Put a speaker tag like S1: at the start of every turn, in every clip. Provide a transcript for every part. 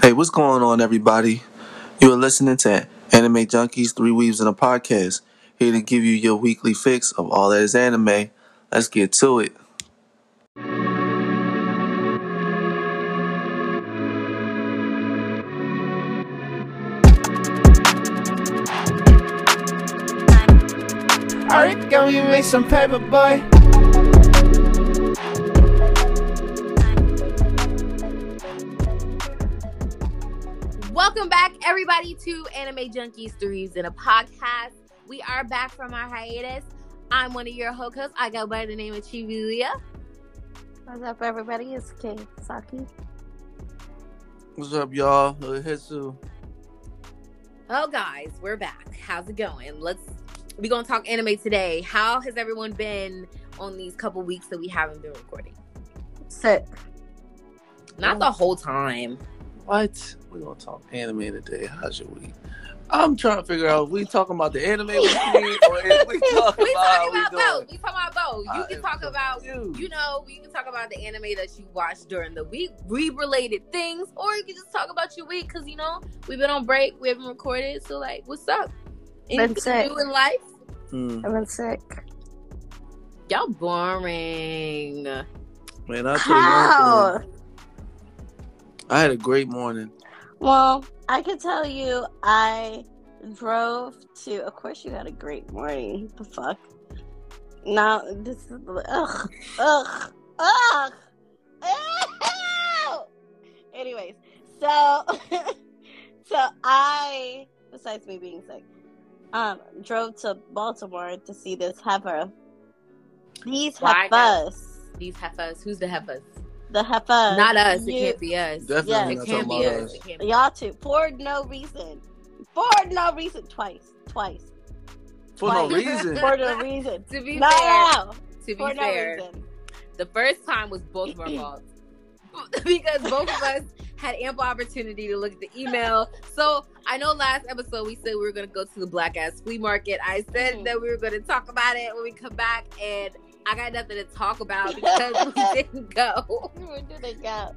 S1: Hey, what's going on, everybody? You are listening to Anime Junkies Three Weaves in a Podcast, here to give you your weekly fix of all that is anime. Let's get to it.
S2: Alright, go you make some paper, boy.
S3: Welcome back, everybody, to Anime Junkies Threes in a podcast. We are back from our hiatus. I'm one of your hosts. I go by the name of Chibuya.
S4: What's up, everybody? It's Kay Saki.
S1: What's up, y'all? Uh, Hitsu.
S3: Oh, guys, we're back. How's it going? Let's we're gonna talk anime today. How has everyone been on these couple weeks that we haven't been recording?
S4: Sick.
S1: Oh.
S3: Not the whole time.
S1: What? We're gonna talk anime today. How's your week? I'm trying to figure out if we talking about the anime we did or if we talking
S3: We
S1: about how we
S3: talking about
S1: doing. Uh,
S3: both. We talking about both. You
S1: I
S3: can
S1: am
S3: talk about
S1: confused.
S3: you know, you can talk about the anime that you watched during the week, re-related things, or you can just talk about your week because you know we've been on break, we haven't recorded, so like, what's up? Anything
S4: That's it.
S3: new in life?
S1: Hmm.
S4: I've been sick.
S3: Y'all boring.
S1: Man, I tell you one thing.
S4: How?
S1: I had a great morning.
S4: Well, I can tell you, I drove to. Of course, you had a great morning. The fuck. Now this is ugh, ugh, ugh. Ew! Anyways, so so I, besides me being sick, um, drove to Baltimore to see this heifer. These
S3: Why?
S4: heifers.
S3: These heifers. Who's the heifers?
S4: The heifer.
S3: Not us. It
S4: Uh, you-
S3: can't be us.
S1: Definitely
S4: Yes.
S3: It
S1: not
S3: can't
S1: talking
S3: be
S1: about
S3: us.
S1: us.
S3: It can't be us.
S4: Y'all too. For no reason. For no reason. Twice. Twice.
S1: For no
S4: Twice.
S1: reason.
S4: For no reason.
S3: To be
S4: No,
S3: fair,
S4: no.
S3: to be
S4: For no
S3: fair,
S4: reason.
S3: the first time was both of our faults because both of us had ample opportunity to look at the email. So I know last episode we said we were going to go to the black ass flea market. I said
S4: Mhm.
S3: that we were going to talk about it when we come back, and I got nothing to talk about because we didn't go.
S4: We didn't go.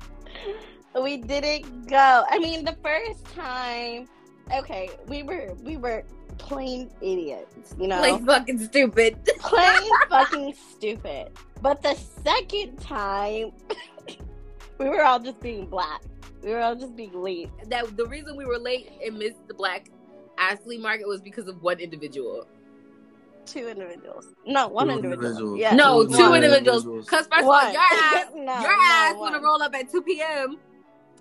S4: We didn't go. I mean, the first time, okay, we were we were plain idiots, you know,
S3: Like fucking stupid.
S4: plain fucking stupid. But the second time, we were all just being black. We were all just being late.
S3: that the reason we were late and missed the black ass flea market was because of one individual.
S4: Two individuals. No, one
S1: Two
S4: individual.
S1: individuals.
S4: Yeah.
S3: No,
S1: Two
S3: two
S4: one.
S3: individuals.
S1: individuals.
S3: Because first of
S4: One.
S3: all, your ass,
S4: no,
S3: your ass
S4: no,
S3: want to
S4: one.
S3: roll up at 2 p.m.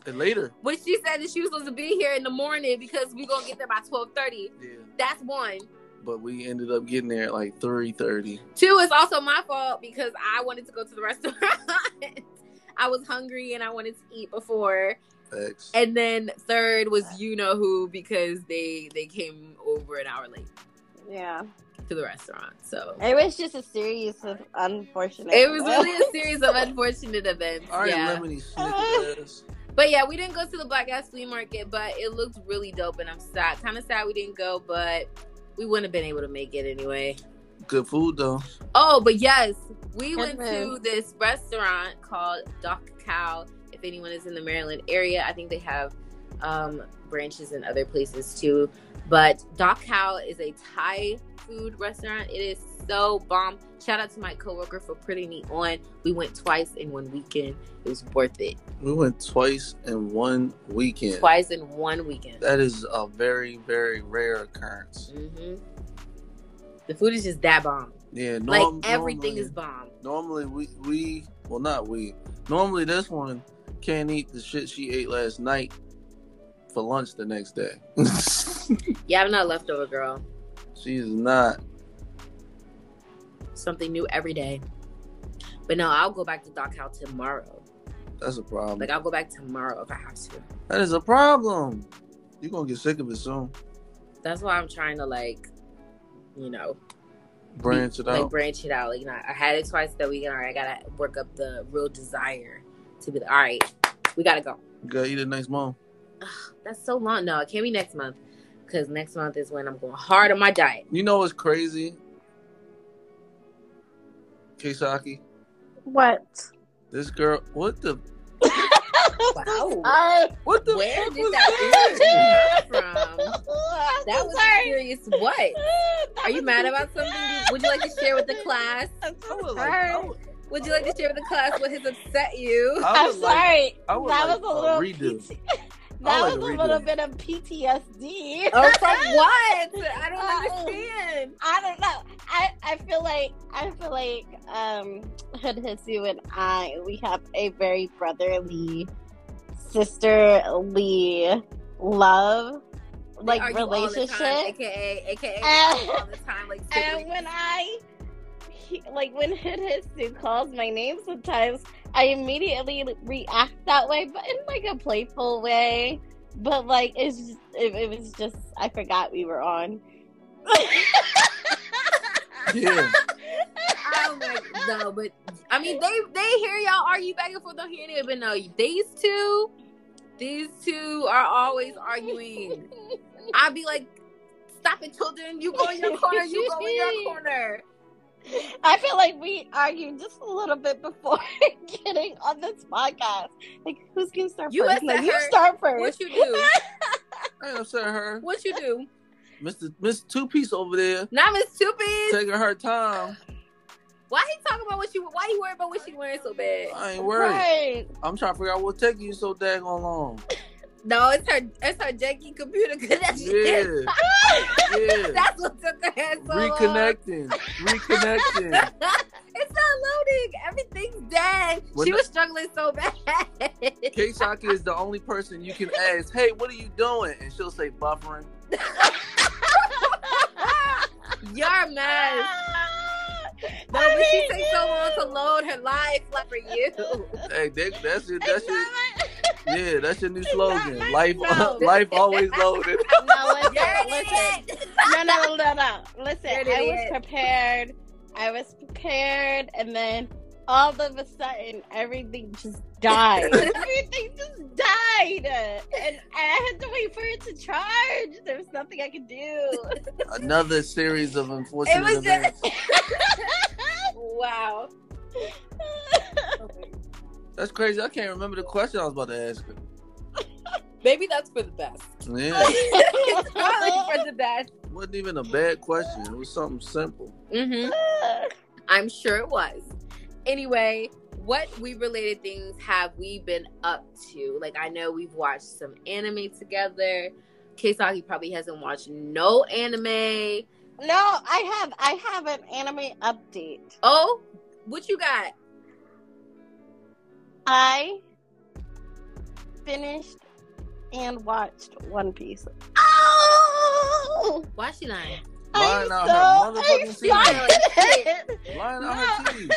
S1: And later.
S3: when she said that she was supposed to be here in the morning because we gonna get there by 12.30.
S1: Yeah.
S3: That's one.
S1: but we ended up getting there at like three thirty.
S3: Two is also my fault because I wanted to go to the restaurant. I was hungry and I wanted to eat before.
S1: X.
S3: And then third was you know who because they they came over an hour late
S4: Yeah,
S3: to the restaurant. So
S4: it was just a series of unfortunate.
S3: it was really a series of unfortunate events.
S1: All right,
S3: yeah.
S1: lemony snicket ass.
S3: But yeah, we didn't go to the Black Ass Flea Market, but it looked really dope, and I'm sad, kind of sad we didn't go, but we wouldn't have been able to make it anyway.
S1: Good food though.
S3: Oh, but yes, we went
S4: Good
S3: to
S4: move.
S3: this restaurant called Doc Cow. If anyone is in the Maryland area, I think they have um, branches in other places too. But Doc Cow is a Thai food restaurant. It is so bomb. Shout out to my coworker for putting me on. We went twice in one weekend. It was worth it.
S1: We went twice in one weekend.
S3: Twice in one weekend.
S1: That is a very very rare occurrence.
S3: hmm The food is just that bomb.
S1: Yeah, norm-
S3: like everything
S1: normally,
S3: is bomb.
S1: Normally we we well not we. Normally this one can't eat the shit she ate last night for lunch the next day.
S3: Yeah, I'm not a leftover girl.
S1: She's not.
S3: Something new every day. But no, I'll go back to Doc Howe tomorrow.
S1: That's a problem.
S3: Like I'll go back tomorrow if I have to.
S1: that is a problem. You're gonna get sick of it soon.
S3: That's why I'm trying to like, you know,
S1: Branch it
S3: like
S1: out.
S3: branch it out. Like, you know, I had it twice that weekend. All right, I gotta work up the real desire to be. Like, all right, we gotta go.
S1: You gotta eat it next month.
S3: That's so long. No, it can't be next month because next month is when I'm going hard on my diet.
S1: You know what's crazy? Kisaki,
S4: what?
S1: this girl, what the?
S3: Wow.
S4: Sorry.
S5: What the
S3: Where
S5: fuck
S3: did
S5: was
S3: that
S5: that?
S3: come from?
S4: I'm
S3: That
S4: so
S3: was a
S4: sorry.
S3: serious what?
S4: That
S3: Are you
S4: was-
S3: mad about something? Would you like to share with the class?
S4: I'm
S5: I
S4: so
S5: was like,
S4: sorry.
S5: I was,
S3: Would you like to share with the class what has upset you?
S5: I
S4: I'm
S5: was like,
S4: sorry.
S5: I would
S4: that
S5: like
S4: was
S5: a
S4: a little
S1: redo.
S4: PT
S1: I
S4: That was
S1: would like
S4: a
S1: a
S4: little
S1: redo.
S4: bit of PTSD.
S3: Or from what? I
S4: Uh-oh.
S3: don't understand.
S4: I don't know. I, I feel like I feel like um Hood Hisu and I we have a very brotherly, sisterly love, like
S3: Are you all the
S4: relationship.
S3: time, aka aka
S4: Uh,
S3: all the time, like
S4: And
S3: siblings?
S4: when I, he, like when Hood Hisu calls my name sometimes, I immediately react that way, but in like a playful way. But like it's just, it, it was just I forgot we were on.
S1: Yeah.
S3: Oh
S4: Um,
S3: my no, but I mean they they hear y'all argue back and forth on here anyway, but no, these two, these two are always arguing. I'd be like, stop it, children! You go in your corner. You go in your corner.
S4: I feel like we argued just a little bit before getting on this podcast. Like, who's gonna start
S3: You
S4: first?
S3: upset
S4: Like, you
S3: her.
S4: start first.
S3: What you do?
S1: I ain't upset her.
S3: What you do?
S1: Mr. Miss Two Piece over there
S3: Not Miss Tupies.
S1: taking her time.
S3: Why he talking about what you? Why he worried about what she wearing so bad?
S1: I ain't worried.
S4: Right.
S1: I'm trying to figure out what's taking you so dang long.
S3: No, it's her. It's her janky computer
S1: Yeah.
S3: connection.
S1: Yeah.
S3: That's what took her head so long.
S1: Reconnecting. Reconnecting.
S3: it's not loading. Everything's dead.
S1: When
S3: she
S1: the-
S3: was struggling so bad.
S1: K Shocky is the only person you can ask, hey, what are you doing? And she'll say buffering.
S3: You're a mess. No,
S4: Ah! I
S3: but she
S4: mean,
S3: takes so long to load her life like for you.
S1: Hey, that, that's your that's
S4: It's
S1: your
S4: not my-
S1: yeah, that's your new
S4: It's
S1: slogan.
S4: not
S1: Life
S3: no.
S1: life always loaded.
S4: No, listen,
S3: You're an
S4: listen.
S3: idiot.
S4: No, no, no, no. Listen,
S3: You're an
S4: I was
S3: idiot.
S4: prepared. I was prepared, and then all of a sudden, everything just died. everything just died, and I had to wait for it to charge. There was nothing I could do.
S1: Another series of unfortunate
S3: It was just-
S1: events.
S3: Wow.
S1: That's crazy. I can't remember the question I was about to ask her.
S3: Maybe that's for the best.
S1: Yeah.
S3: it's probably for the best.
S1: It wasn't even a bad question. It was something simple.
S3: Mm-hmm. I'm sure it was. Anyway, what we related things have we been up to? Like I know we've watched some anime together. Keisaki probably hasn't watched no anime.
S4: no, I have. I have an anime update.
S3: Oh, what you got?
S4: I finished and watched One Piece. Oh,
S3: Why she lying?
S1: Lying
S4: I'm
S1: out her
S4: so
S1: motherfucking teeth.
S4: excited.
S1: Lying out her teeth.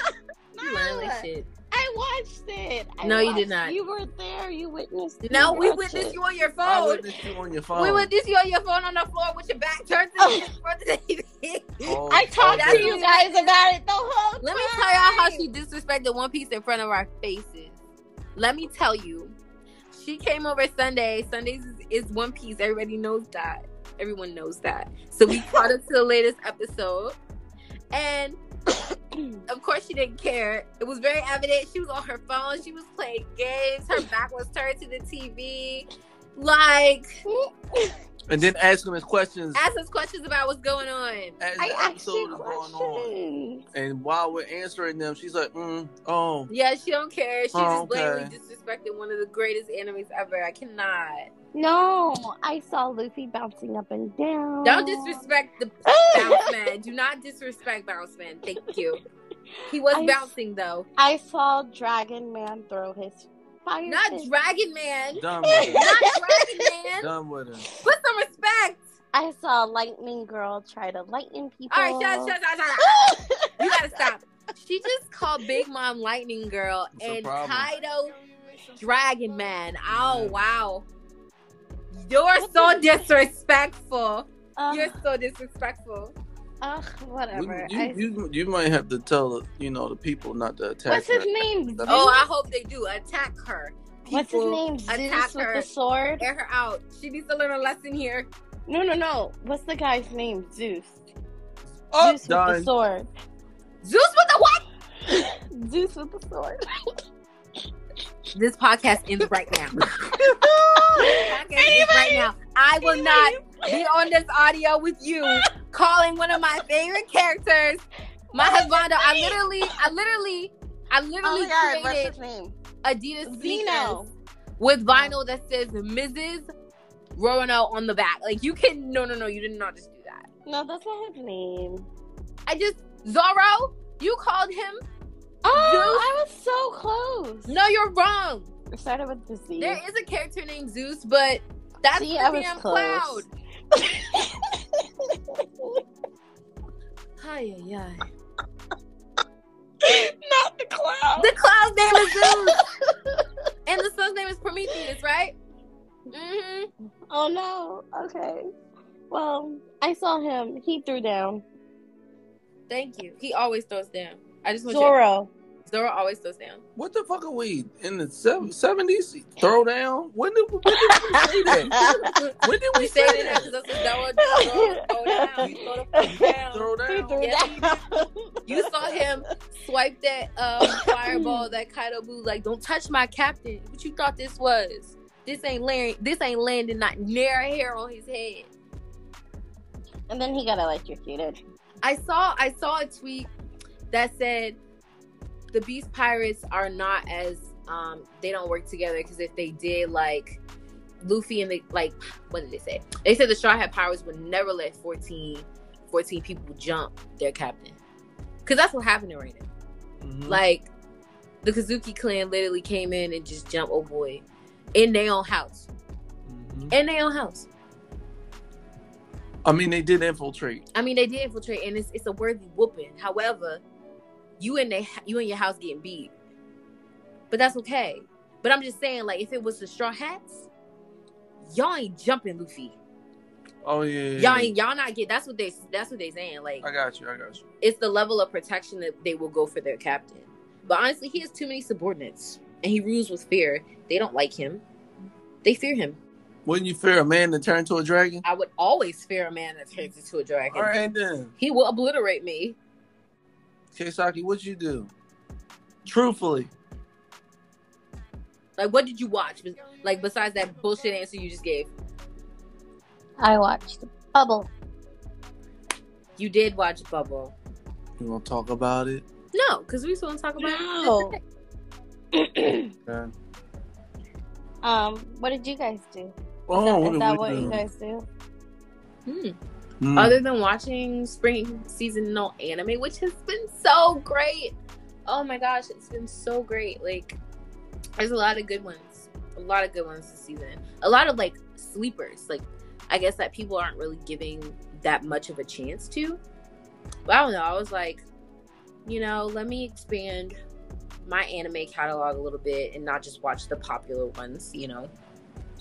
S3: You lying like shit.
S4: I watched it. I
S3: No, you did
S4: watched-
S3: not.
S4: You were there. You witnessed. it.
S3: No,
S4: You
S3: we
S4: watched
S3: witnessed
S4: it.
S3: you on your
S1: I
S4: Oh,
S3: phone.
S1: witnessed you on your phone.
S3: We witnessed you on your phone on the floor with your back turned to
S4: Oh.
S3: the, front of the TV.
S1: All-
S4: I talked
S1: all
S4: to
S1: day.
S4: you guys about it the whole time.
S3: Let me tell y'all how she disrespected One Piece in front of our faces. Let me tell you, she came over Sunday. Sundays is, is One Piece. Everybody knows that. Everyone knows that. So we caught up to the latest episode, and of course she didn't care. It was very evident. She was on her phone. She was playing games. Her back was turned to the TV. Like,
S1: And then asking us questions
S3: ask us questions about what's going on.
S1: as
S4: I
S1: the
S4: asked
S1: episode
S4: you
S1: was going on.
S4: questions.
S1: And while we're answering them, she's like, mm, oh,
S3: Yeah, she don't care. She
S1: Oh,
S3: just blatantly
S1: okay.
S3: disrespected one of the greatest enemies ever. I cannot.
S4: No, I saw Luffy bouncing up and down.
S3: Don't disrespect the bounce man. Do not disrespect bounce man. Thank you. He was
S4: I-
S3: bouncing though.
S4: I saw Dragon Man throw his fire.
S3: Not
S4: fist.
S3: dragon man.
S1: done with her.
S3: Not dragon man.
S1: done with her.
S3: Put some respect.
S4: I saw Lightning Girl try to lighten people.
S3: All right, shut, shut, shut, shut. You gotta stop. She just called Big Mom Lightning Girl
S1: It's a
S3: and
S1: problem.
S3: Kaido Dragon Man. Oh
S1: Yeah.
S3: wow. You're so disrespectful.
S4: Ugh,
S3: You're so disrespectful.
S4: ugh, whatever.
S1: You,
S4: I-
S1: you, you, you might have to tell you know the people not to attack
S4: What's his
S1: her.
S4: name?
S1: Oh,
S3: Oh, I hope they do attack her.
S4: What's his
S3: People
S4: name? Zeus
S3: attack
S4: with
S3: her.
S4: the sword?
S3: Air her out. She needs to learn a lesson here.
S4: No, no, no. What's the guy's name? Zeus.
S1: Oh,
S4: Zeus with
S1: done.
S4: the sword.
S3: Zeus with the what?
S4: Zeus with the sword.
S3: This podcast ends right now. Podcast ends right
S4: Anyway,
S3: now. I will not be
S4: anyway.
S3: on this audio with you calling one of my favorite characters my husband. I literally, I literally, I
S4: Oh
S3: literally
S4: my god, what's
S3: created
S4: his name?
S3: Adidas
S4: Zeno.
S3: sneakers with vinyl that says Mrs. Roanoke on the back. Like you can no no no you did not just do that.
S4: No, that's not his name.
S3: I just Zorro, you called him.
S4: Oh, I was so close.
S3: No, you're wrong.
S4: I started with the Z.
S3: There is a character named Zeus, but that's
S4: See,
S3: the
S4: I was
S3: damn
S4: close.
S3: cloud. Hi, yeah.
S4: not the cloud.
S3: The cloud's name is Zeus, and the sun's name is Prometheus, right? hmm
S4: oh no. Okay. Well, I saw him. He threw down.
S3: Thank you. He always throws down. I just want
S4: Zorro.
S3: you. Zoro always throws down.
S1: What the fuck are we in the seventies? Throw down? When did, when did we say that? When did we
S3: You
S1: say
S3: say it now
S1: that?
S3: because that's Zoro. Zoro throw down. You throw the
S1: Throw
S3: fuck down.
S4: He
S1: down.
S4: threw
S3: Yeah.
S4: down.
S3: You saw him swipe that um, fireball that Kaido blew. Like, don't touch my captain. What you thought this was? This ain't landing. This ain't landing. Not near a hair on his head.
S4: And then he got electrocuted.
S3: I saw. I saw a tweet that said the Beast Pirates are not as um, they don't work together because if they did, like Luffy and the like, what did they say? They said the Straw Hat Pirates would never let 14, 14 people jump their captain because that's what happened to Raiden.
S1: Mhm.
S3: Like the Kazuki clan literally came in and just jumped old boy in their own house.
S1: Mhm.
S3: In their own house.
S1: I mean, they did infiltrate.
S3: I mean they did infiltrate and it's it's a worthy whooping. However, you and they you and your house getting beat. But that's okay. But I'm just saying, like, if it was the straw hats, y'all ain't jumping Luffy.
S1: Oh yeah. yeah,
S3: Y'all
S1: yeah.
S3: ain't y'all not get that's what they that's what they saying. Like
S1: I got you. I got you.
S3: it's the level of protection that they will go for their captain. But honestly, he has too many subordinates and he rules with fear. They don't like him. They fear him.
S1: Wouldn't you fear a man to turn to a dragon?
S3: I would always fear a man that turns into a dragon.
S1: All right then,
S3: He will obliterate me.
S1: Keisaki, what'd you do? Truthfully,
S3: Like, what did you watch? Bes- Like, besides that bullshit answer you just gave,
S4: I watched Bubble.
S3: you did watch Bubble.
S1: you want to talk about it?
S3: No, because we just want to talk about
S4: No.
S1: Okay.
S4: um, what did you guys do?
S1: Oh,
S4: Is
S1: did
S4: that
S1: we
S4: what
S1: do?
S4: you guys do?
S3: Hmm.
S1: Mm.
S3: Other than watching spring seasonal anime, which has been so great. Oh my gosh, it's been so great. Like, there's a lot of good ones. A lot of good ones this season. A lot of like sleepers. Like, I guess that people aren't really giving that much of a chance to. But I don't know. I was like, you know, let me expand my anime catalog a little bit and not just watch the popular ones, you know,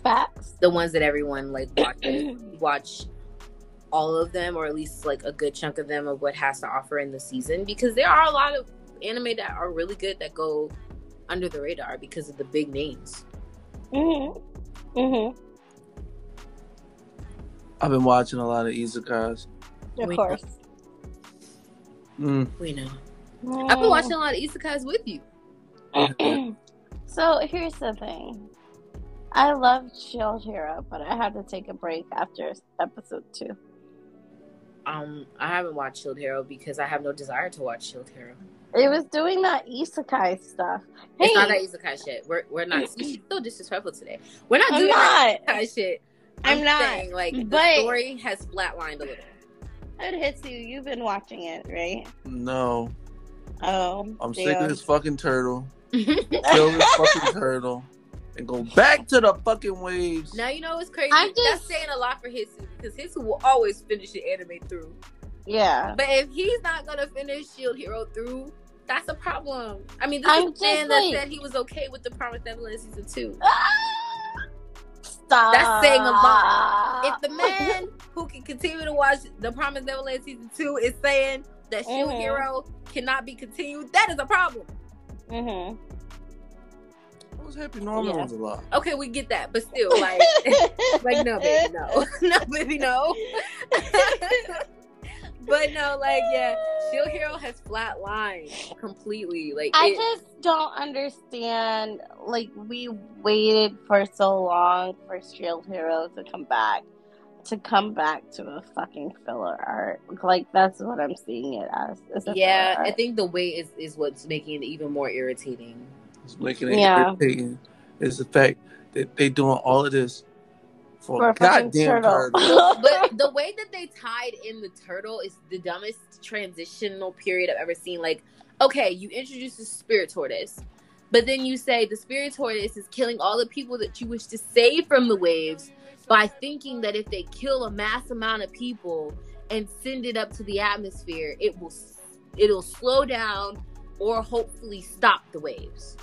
S4: Facts.
S3: the ones that everyone like watches watch all of them or at least like a good chunk of them of what has to offer in the season because there are a lot of anime that are really good that go under the radar because of the big names.
S4: Mhm. Mhm.
S1: I've been watching a lot of izakayas.
S4: Of
S3: Wait.
S4: course.
S1: Mm.
S3: We know. I've been
S4: Oh.
S3: watching a lot of isekais with you.
S4: Uh-uh. so here's the thing. I love Shield Hero, but I had to take a break after episode two.
S3: Um I haven't watched Shield Hero because I have no desire to watch Shield Hero.
S4: It was doing that isekai stuff. Hey,
S3: It's not that isekai shit. We're we're not she's so disrespectful today. We're not
S4: I'm
S3: doing that
S4: not.
S3: isekai shit.
S4: I'm not,
S3: saying, like
S4: but-
S3: the story has flatlined a little.
S4: it hits you. You've been watching it, right?
S1: No,
S3: Um,
S4: Oh,
S1: I'm sick
S4: damn.
S1: of this fucking turtle. Kill this fucking turtle and go back to the fucking waves.
S3: Now you know what's crazy.
S4: I'm
S3: That's
S4: just-
S3: saying a lot for Hisu because Hisu will always finish the anime through.
S4: yeah.
S3: But if he's not gonna finish Shield Hero through, that's a problem. I mean, this
S4: I'm
S3: is the man
S4: just
S3: that
S4: like-
S3: said he was okay with the Promised Neverland season two.
S4: Stop.
S3: That's saying a
S4: Uh,
S3: lot. If the man who can continue to watch the Promised Neverland season two is saying that Shield
S4: Mhm.
S3: Hero cannot be continued, that is a problem.
S4: hmm
S1: I was happy Norman
S4: Yeah.
S1: was alive.
S3: Okay, we get that, but still, like, like no, baby, no, no, baby, no. but no, like, yeah, Shield Hero has flatlined completely. Like
S4: I
S3: it-
S4: just don't understand. Like we waited for so long for Shield Hero to come back, to come back to a fucking filler art. Like that's what I'm seeing it as. It's a
S3: yeah,
S4: filler
S3: I
S4: art.
S3: think the weight is is what's making it even more irritating.
S1: It's making it
S4: Yeah.
S1: irritating. Is the fact that they doing all of this for,
S4: for
S1: a
S4: a fucking
S1: goddamn
S4: turtle.
S1: turtle.
S3: but the way that they tied in the turtle is the dumbest transitional period I've ever seen. Like, okay, you introduce the spirit tortoise, but then you say the spirit tortoise is killing all the people that you wish to save from the waves by thinking that if they kill a mass amount of people and send it up to the atmosphere, it will s- it'll slow down or hopefully stop the waves.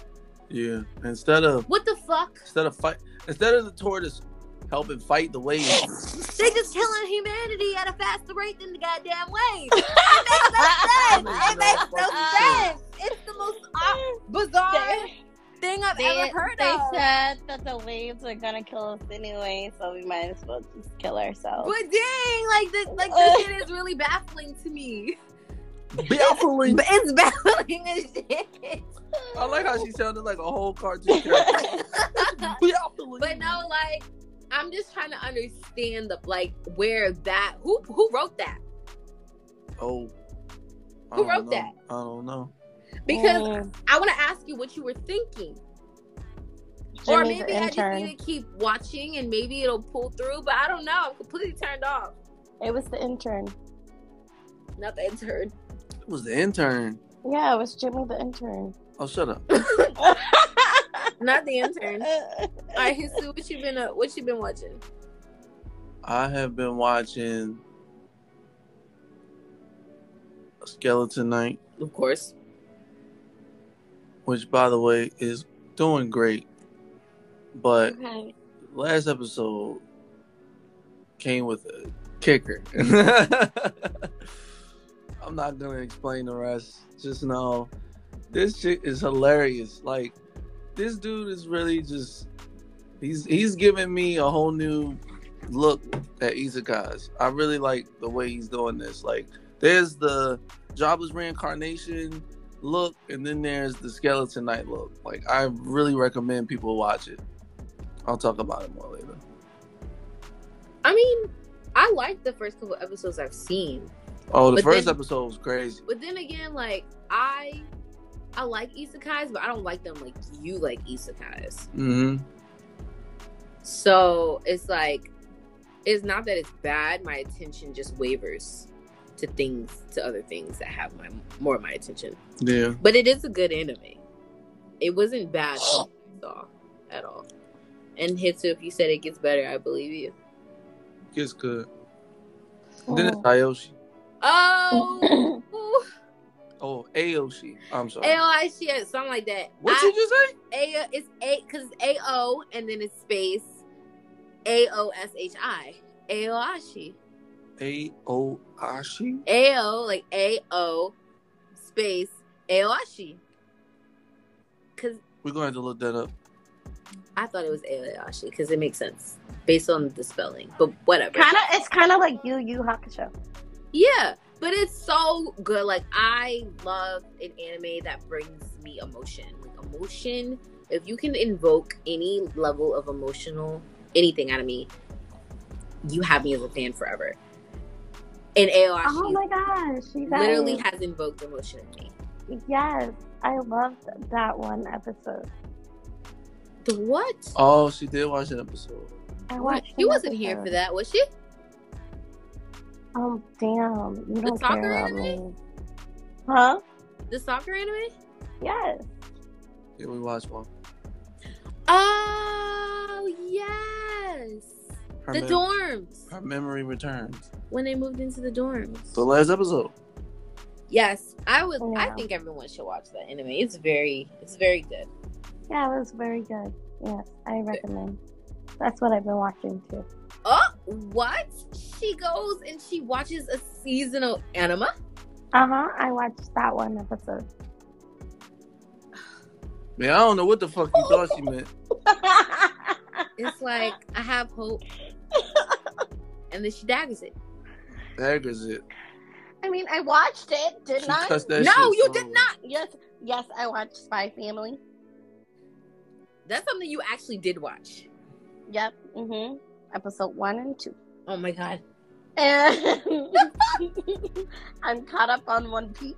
S1: Yeah. Instead of
S3: What the fuck?
S1: instead of fight instead of the tortoise helping fight the waves.
S3: They just killing humanity at a faster rate than the goddamn waves.
S1: That
S3: sense.
S1: makes
S3: It makes
S1: no
S3: no
S1: fucking
S3: sense. It's the most odd, bizarre thing I've
S4: They,
S3: ever heard
S4: they
S3: of.
S4: said that the waves are gonna kill us anyway, so we might as well just kill ourselves.
S3: but dang, like this, like this shit is really baffling to me.
S1: Baffling.
S3: But it's baffling as shit.
S1: I like how she sounded like a whole cartoon character. Baffling.
S3: But no, like I'm just trying to understand the like where that who who wrote that
S1: Oh. I
S3: Who
S1: don't
S3: wrote
S1: know.
S3: that?
S1: I don't know.
S3: because
S4: Mm,
S3: I want to ask you what you were thinking. or
S4: Jimmy's
S3: maybe
S4: an
S3: I just
S4: intern.
S3: need to keep watching and maybe it'll pull through, but I don't know. I'm completely turned off.
S4: It was the intern.
S3: Not the intern.
S1: It was the intern.
S4: Yeah, it was Jimmy the intern.
S1: Oh, shut up.
S3: Not the intern. All right, Hisu, what you been uh, what you been watching?
S1: I have been watching Skeleton Knight,
S3: Of course.
S1: which, by the way, is doing great. But
S4: Okay.
S1: last episode came with a kicker. I'm not gonna explain the rest. Just know this shit is hilarious. Like this dude is really just he's he's giving me a whole new look at Isekai's. I really like the way he's doing this. Like there's the jobless reincarnation look and then there's the skeleton night look. Like I really recommend people watch it. I'll talk about it more later.
S3: I mean, I like the first couple episodes I've seen,
S1: Oh, the
S3: But
S1: first
S3: then-
S1: episode was crazy.
S3: but then again, like I, I like isekais, but I don't like them like you like isekais.
S1: Mm-hmm.
S3: So it's like, it's not that it's bad. My attention just wavers to things, to other things that have my more of my attention.
S1: Yeah.
S3: But it is a good anime. It wasn't bad from what I saw at all. And Hitsu, if you said it gets better, I believe you.
S1: It's good. Then it's Ayoshi.
S3: Oh,
S1: Oh, Aoshi. I'm sorry.
S3: AOI shit, something like that.
S1: what
S3: I-
S1: you just say?
S3: A it's A because it's A O and then it's space A O S H I Aoashi
S1: Aoshi?
S3: A O like A O space Aoashi because
S1: We're going to have to look that up.
S3: I thought it was Aoashi because it makes sense based on the spelling, but whatever.
S4: Kind of, it's kind of like Yu Yu Hakusho.
S3: Yeah, but it's so good. Like I love an anime that brings me emotion. Like emotion, if you can invoke any level of emotional anything out of me, you have me as a fan forever. And Aoshi
S4: Oh my gosh, she got
S3: Ah, literally
S4: it.
S3: has invoked emotion in me.
S4: yes, I loved that one episode.
S3: The what?
S1: Oh, she did watch an episode.
S4: I watched.
S3: She wasn't here for that, was she?
S4: Oh damn, you
S3: The
S4: don't
S3: soccer
S4: care about
S3: anime?
S4: me, huh?
S3: The soccer anime?
S4: Yes.
S1: Yeah, we watched one.
S3: Oh yes.
S1: Her,
S3: the
S1: mem-
S3: dorms.
S1: her memory returns.
S3: When they moved into the dorms.
S1: The last episode.
S3: Yes, I would. I
S4: Yeah.
S3: think everyone should watch that anime. It's very, it's very good.
S4: Yeah, it was very good. Yes, I recommend. That's what I've been watching too.
S3: Oh, what? She goes and she watches a seasonal anime.
S4: Uh huh. I watched that one episode.
S1: Man, I don't know what the fuck you thought she meant.
S3: It's like I have hope, and then she daggers it.
S1: Daggers it.
S4: I mean, I watched it, didn't
S1: She
S4: I?
S1: touched that
S3: No,
S1: shit
S3: you
S1: so-
S3: did not.
S4: Yes, yes, I watched Spy Family.
S3: That's something you actually did watch.
S4: Yep. hmm Episode one and two.
S3: Oh my god.
S4: And I'm caught up on One Piece.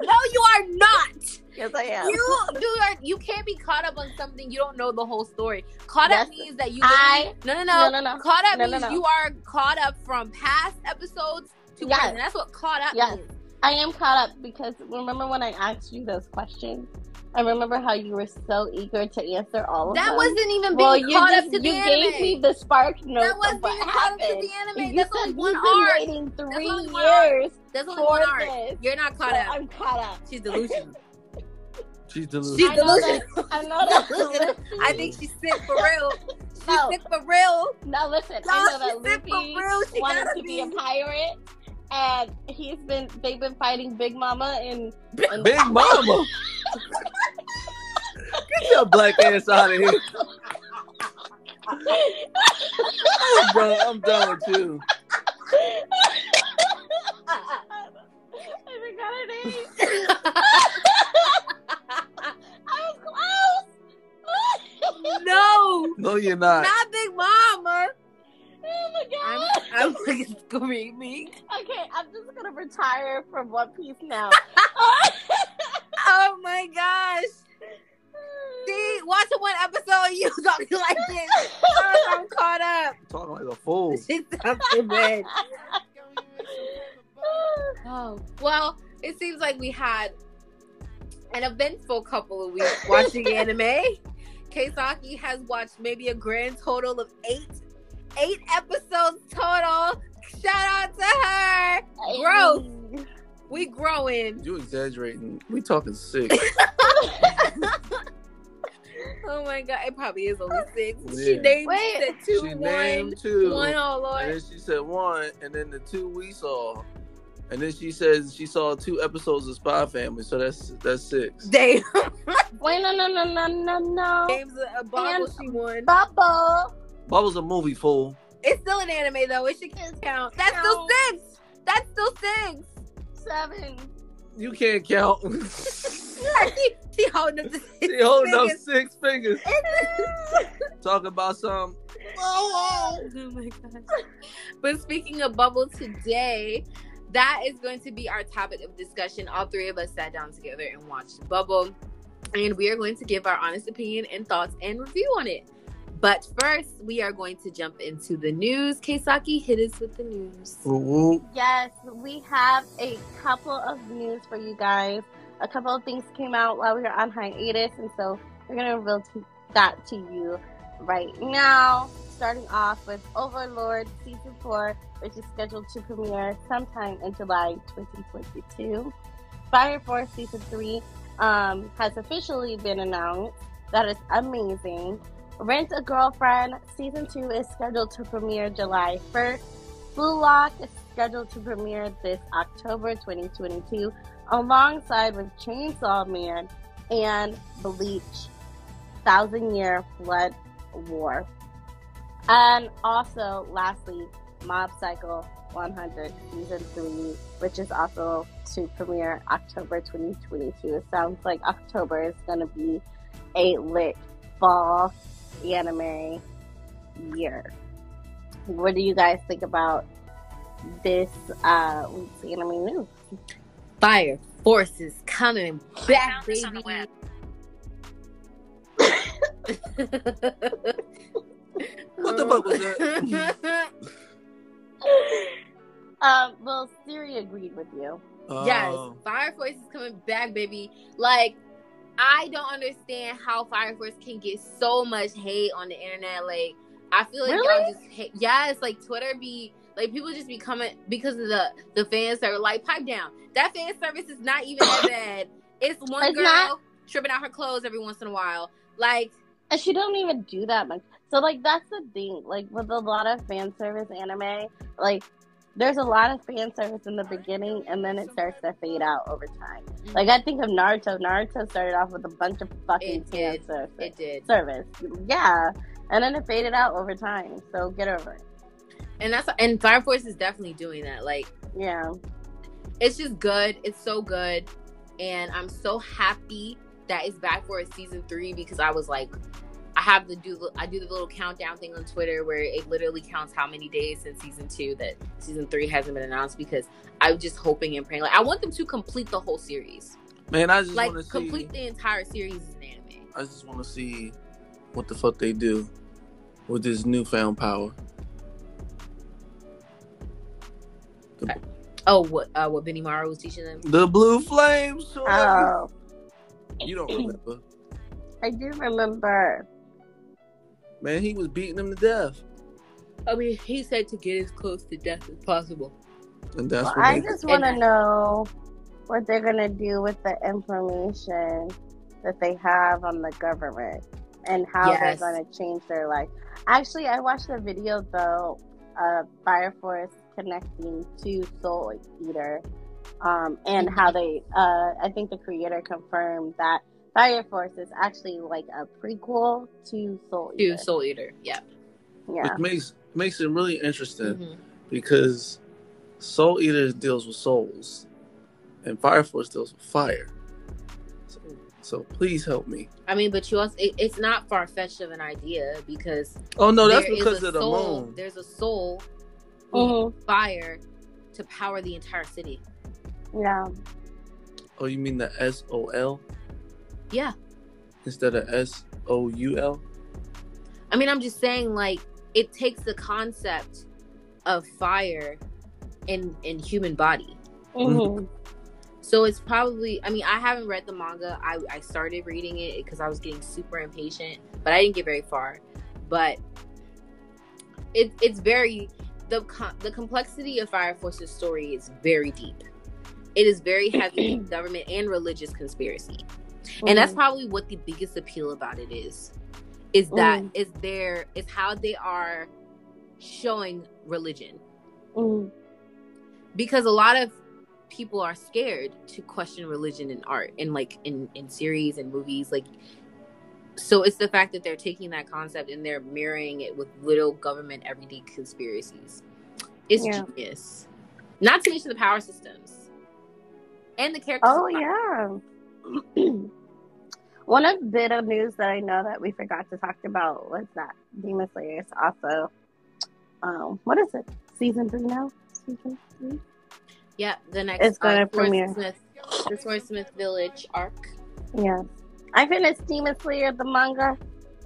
S3: No, you are not.
S4: Yes, I am.
S3: You you are you can't be caught up on something you don't know the whole story. Caught up
S4: Yes.
S3: means that you
S4: I-
S3: no no
S4: no,
S3: no.
S4: no, no.
S3: Caught up
S4: No, no,
S3: means
S4: no.
S3: you are caught up from past episodes to
S4: Yes.
S3: present. That's what caught up
S4: Yes.
S3: means.
S4: I am caught up because remember when I asked you those questions? I remember how you were so eager to answer all of
S3: That
S4: them.
S3: wasn't even being
S4: Uh-huh. well, you
S3: caught
S4: just,
S3: up to the
S4: you
S3: anime.
S4: gave me the spark note
S3: that wasn't
S4: of what
S3: even caught up
S4: happened.
S3: to the anime.
S4: You
S3: That's
S4: said
S3: only
S4: you've
S3: one
S4: been
S3: arc.
S4: waiting three
S3: only one arc.
S4: years
S3: That's only
S4: for
S3: one arc.
S4: this.
S3: You're not caught
S4: So
S3: up.
S4: I'm caught up.
S3: She's delusional.
S1: She's
S3: She's
S4: I
S1: delusional.
S4: know
S3: delusional.
S4: that. I know that.
S3: Delusional.
S4: Luffy-
S3: I think she's sick for real. She's
S4: No.
S3: sick for real.
S4: Now listen,
S3: Y'all,
S4: I know that
S3: she's sick
S4: Luffy
S3: for real. She
S4: wanted
S3: gotta
S4: to be a
S3: be.
S4: pirate, and he's been they've been fighting Big Mama and and
S1: Big Mama. Get your black ass out of here, bro. I'm done with you.
S4: I forgot her name. I was close.
S3: no,
S1: No, you're not.
S3: not Big Mama.
S4: oh my
S3: I'm,
S4: god.
S3: I'm like screaming.
S4: okay, I'm just gonna retire from One Piece now.
S3: Oh my gosh. See, watching one episode, you talking like this. Girl, I'm caught up.
S1: Talking like a fool.
S3: She's up in bed. Oh, well, it seems like we had an eventful couple of weeks watching anime. Keisaki has watched maybe a grand total of eight, eight episodes total. Shout out to her. Gross. We growing.
S1: You exaggerating. We talking six.
S3: Oh my god, it probably is only six. She
S1: Yeah.
S3: named
S4: Wait.
S3: it two,
S1: she
S3: one,
S1: named two.
S3: one, oh lord.
S1: And then she said one, and then the two we saw, and then she says she saw two episodes of Spy Family, so that's that's six.
S3: Damn.
S4: Wait, no, no, no, no, no, no.
S3: Names a bobble
S4: And-
S3: she won.
S4: Bubble.
S1: Bubble's a movie fool.
S3: It's still an anime though. It should count. That's still
S4: Count.
S3: six. That's still six.
S4: Seven.
S1: You can't count.
S3: she, she holding up the six
S1: she holding up
S3: fingers.
S1: six fingers. Talking about some.
S3: Oh my gosh. But speaking of bubble today, that is going to be our topic of discussion. All three of us sat down together and watched Bubble. And we are going to give our honest opinion and thoughts and review on it. But first, we are going to jump into the news. Keisaki, hit us with the news.
S4: Yes, we have a couple of news for you guys. A couple of things came out while we were on hiatus, and so we're gonna reveal to, that to you right now. Starting off with Overlord Season 4, which is scheduled to premiere sometime in July 2022. Fire Force Season 3 um, has officially been announced. That is amazing. Rent a Girlfriend Season 2 is scheduled to premiere July 1st. Blue Lock is scheduled to premiere this October 2022 alongside with Chainsaw Man and Bleach Thousand Year Flood War. And also, lastly, Mob Cycle 100 Season 3, which is also to premiere October 2022. It sounds like October is going to be a lit fall anime year. What do you guys think about this uh, week's anime news?
S3: Fire Force is coming back, baby.
S1: What the fuck was that?
S4: um, well, Siri agreed with you.
S3: yes,
S1: Oh.
S3: Fire Force is coming back, baby. Like, I don't understand how Fire Force can get so much hate on the internet. Like, I feel like y'all
S4: Really?
S3: just hate. Yes, like Twitter be like people just be coming because of the the fans that are like pipe down. That fan service is not even that bad. It's one
S4: It's
S3: girl
S4: not.
S3: tripping out her clothes every once in a while. Like,
S4: And she don't even do that much. So like that's the thing. Like with a lot of fan service anime, like there's a lot of fan service in the beginning and then it starts to fade out over time. Like I think of Naruto. Naruto started off with a bunch of fucking
S3: It
S4: fan
S3: did.
S4: service.
S3: it did.
S4: service. Yeah. And then it faded out over time. So get over it.
S3: and that's and Fire Force is definitely doing that. Like
S4: Yeah.
S3: It's just good. It's so good. And I'm so happy that it's back for a season three because I was like, I have the do I do the little countdown thing on Twitter where it literally counts how many days since season two that season three hasn't been announced because I'm just hoping and praying. Like I want them to complete the whole series.
S1: Man, I just
S3: Like
S1: want to see.
S3: complete the entire series as an anime.
S1: I just want to see what the fuck they do with this newfound power.
S3: Oh, what uh, what Benny Mara was teaching them.
S1: The blue flames. Shorty.
S3: Uh,
S4: Oh,
S1: You don't remember,
S4: I do remember.
S1: man. He was beating them to death,
S3: I mean, he said to get as close to death as possible.
S1: and that's
S4: Well,
S1: what.
S4: I
S1: they-
S4: just want to
S3: And-
S4: know what they're gonna do with the information that they have on the government and how
S3: Yes.
S4: they're gonna change their life. Actually, I watched a video though, uh, Fire Force connecting to Soul Eater, um, and how
S3: Mm-hmm.
S4: they. Uh, I think the creator confirmed that Fire Force is actually like a prequel to Soul Eater.
S3: To Soul Eater, yeah.
S4: yeah,
S1: Which makes makes it really interesting
S3: Mhm.
S1: because Soul Eater deals with souls, and Fire Force deals with fire. So, so please help me.
S3: I mean, but you also it, it's not far fetched of an idea because
S1: Oh no, that's
S3: there is
S1: because
S3: a
S1: of the
S3: soul,
S1: moon.
S3: There's a soul who
S4: Mhm.
S3: fire to power the entire city.
S4: yeah.
S1: Oh, you mean the S O L
S3: Yeah.
S1: instead of S O U L?
S3: I mean, I'm just saying, like, it takes the concept of fire in in human body.
S1: Mhm.
S4: Mm-hmm.
S3: So it's probably. I mean, I haven't read the manga. I I started reading it because I was getting super impatient, but I didn't get very far. But it it's very the co- the complexity of Fire Force's story is very deep. It is very heavy in government and religious conspiracy and that's
S4: Mm-hmm.
S3: probably what the biggest appeal about it is is that
S4: Mm.
S3: is their is how they are showing religion
S4: Mhm.
S3: because a lot of people are scared to question religion in art and like in in series and movies like so it's the fact that they're taking that concept and they're mirroring it with little government everyday conspiracies it's
S4: Yeah.
S3: genius not to mention the power systems and the characters
S4: Oh
S3: of Fire.
S4: yeah. One of bit of news that I know that we forgot to talk about was that Demon Slayer is also, um, what is it? Season three now. Season three.
S3: Yeah, the next
S4: It's gonna
S3: Forrest
S4: premiere.
S3: Smith, the Forrest Smith Village arc.
S4: Yeah. I finished Demon Slayer the manga.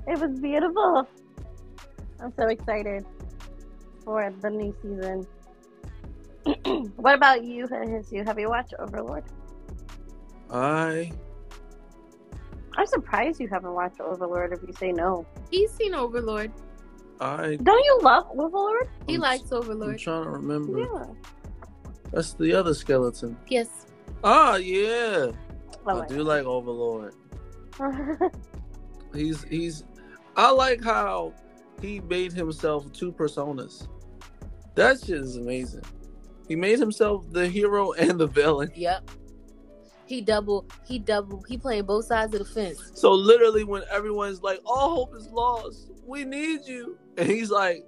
S4: It was beautiful. I'm so excited for the new season. what about you, Hisu? Have you watched Overlord?
S1: I
S4: I'm surprised you haven't watched Overlord. If you say no,
S3: He's seen Overlord.
S1: I
S4: don't you love Overlord?
S3: He
S1: I'm-
S3: likes
S1: I'm
S3: Overlord.
S1: trying to remember.
S4: Yeah.
S1: That's the other skeleton.
S3: Yes.
S1: Ah, yeah.
S4: Well,
S1: I do like Overlord.
S4: Mhm.
S1: He's he's. I like how he made himself two personas. That shit is amazing. He made himself the hero and the villain.
S3: Yep. He double. He double. He playing both sides of the fence.
S1: So literally, when everyone's like, "All hope is lost. We need you," and he's like,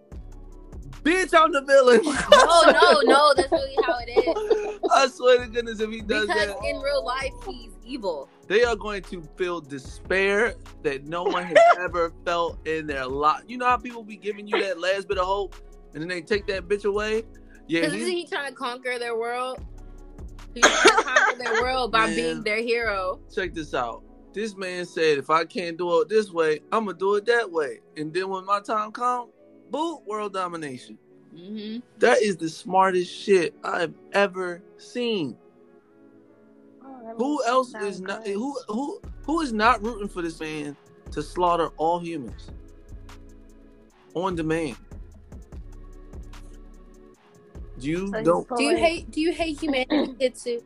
S1: "Bitch, I'm the villain."
S3: Oh no, no, that's really how it is.
S1: I swear to goodness, if he does
S3: Because
S1: that,
S3: in real life, he's evil.
S1: they are going to feel despair that no one has ever felt in their life. You know how people be giving you that last bit of hope, and then they take that bitch away. Yeah,
S3: Because
S1: he-
S3: isn't he trying to conquer their world? He's trying to conquer their world by
S1: Man.
S3: being their hero.
S1: check this out. This man said, if I can't do it this way, I'm gonna do it that way. And then when my time comes, boot world domination.
S3: Mm-hmm.
S1: That is the smartest shit I've ever seen. Who
S4: Oh,
S1: else is not who who who is not rooting for this man to slaughter all humans on demand? You
S4: So
S1: don't.
S4: he's
S3: Do you
S4: pulling-
S3: hate? Do you hate humanity? Jitsu?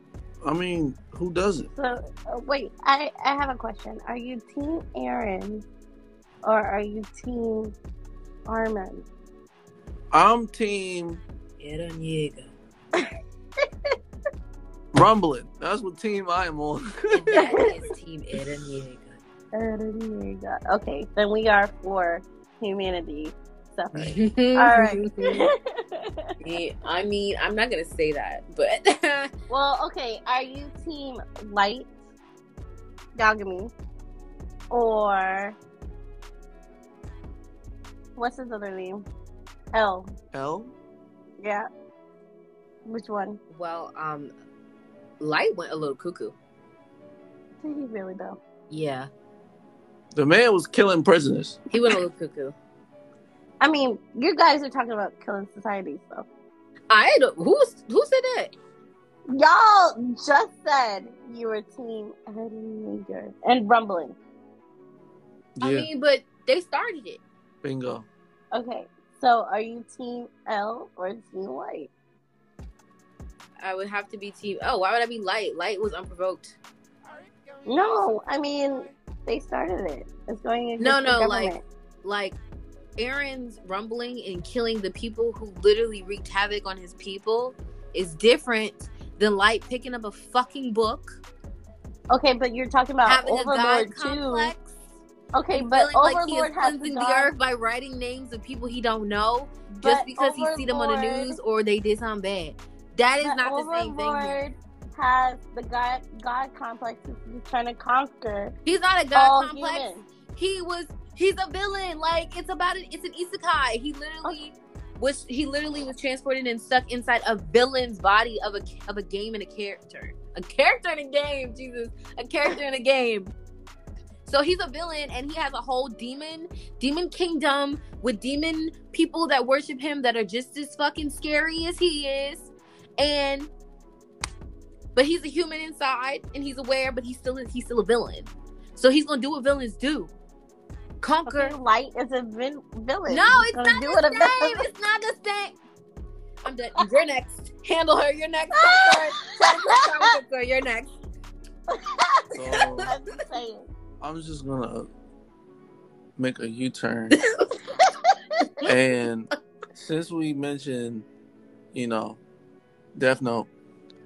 S1: I mean, who doesn't?
S4: So, uh, wait, I I have a question. Are you Team Aaron or are you Team Armin?
S1: I'm team
S3: Era niega.
S1: rumbling. That's what team I am on.
S3: And that is Team Era niega.
S4: Okay, then we are for humanity suffering.
S3: All
S4: All right.
S3: Yeah, I mean, I'm not gonna say that, but
S4: well, okay. Are you team light Yagami or what's his other name? L.
S1: L?
S4: Yeah. Which one?
S3: well, um, Light went a little cuckoo.
S4: Did he really though?
S3: Yeah,
S1: The man was killing prisoners.
S3: he went a little cuckoo.
S4: I mean, you guys are talking about killing society, so
S3: I don't. Who's who said that?
S4: y'all just said you were team Eddie Maker and rumbling.
S1: Yeah,
S3: I mean, but they started it.
S1: bingo.
S4: Okay, so are you team L or team White?
S3: I would have to be team. Oh, why would I be Light? Light was unprovoked.
S4: No, I mean they started it. It's going against
S3: No,
S4: the
S3: no,
S4: government.
S3: like- Like Aaron's rumbling and killing the people who literally wreaked havoc on his people is different than Light picking up a fucking book,
S4: okay, but you're talking about
S3: having a
S4: Overlord
S3: god
S4: too.
S3: complex.
S4: Okay,
S3: and
S4: but
S3: feeling
S4: Overlord
S3: like he is
S4: has the
S3: cleansing the
S4: god
S3: earth by writing names of people he don't know
S4: But
S3: just because he see them on the
S4: Overlord-
S3: news or they did something bad. That is
S4: but
S3: not the same thing. here.
S4: Overlord Has the god god complex that he's trying to conquer
S3: He's not a god
S4: all
S3: complex.
S4: humans?
S3: He was he's a villain. Like it's about it. It's an isekai. He literally was he literally was transported and stuck inside a villain's body of a of a game and a character. A character in a game, Jesus. A character in a game. So he's a villain and he has a whole demon demon kingdom with demon people that worship him that are just as fucking scary as he is. And but he's a human inside and he's aware, but he's still he's still a villain. So he's gonna do what villains do. Conquer.
S4: Fucking light is a vin- villain.
S3: No,
S4: He's
S3: it's
S4: gonna
S3: not
S4: do
S3: the
S4: what a
S3: same.
S4: villain-
S3: It's not the same. I'm done. You're next. Handle her. You're next. Sorry. Sorry, You're next.
S1: So
S4: I'm just saying.
S1: I'm just gonna make a U turn. and since we mentioned, you know, Death Note,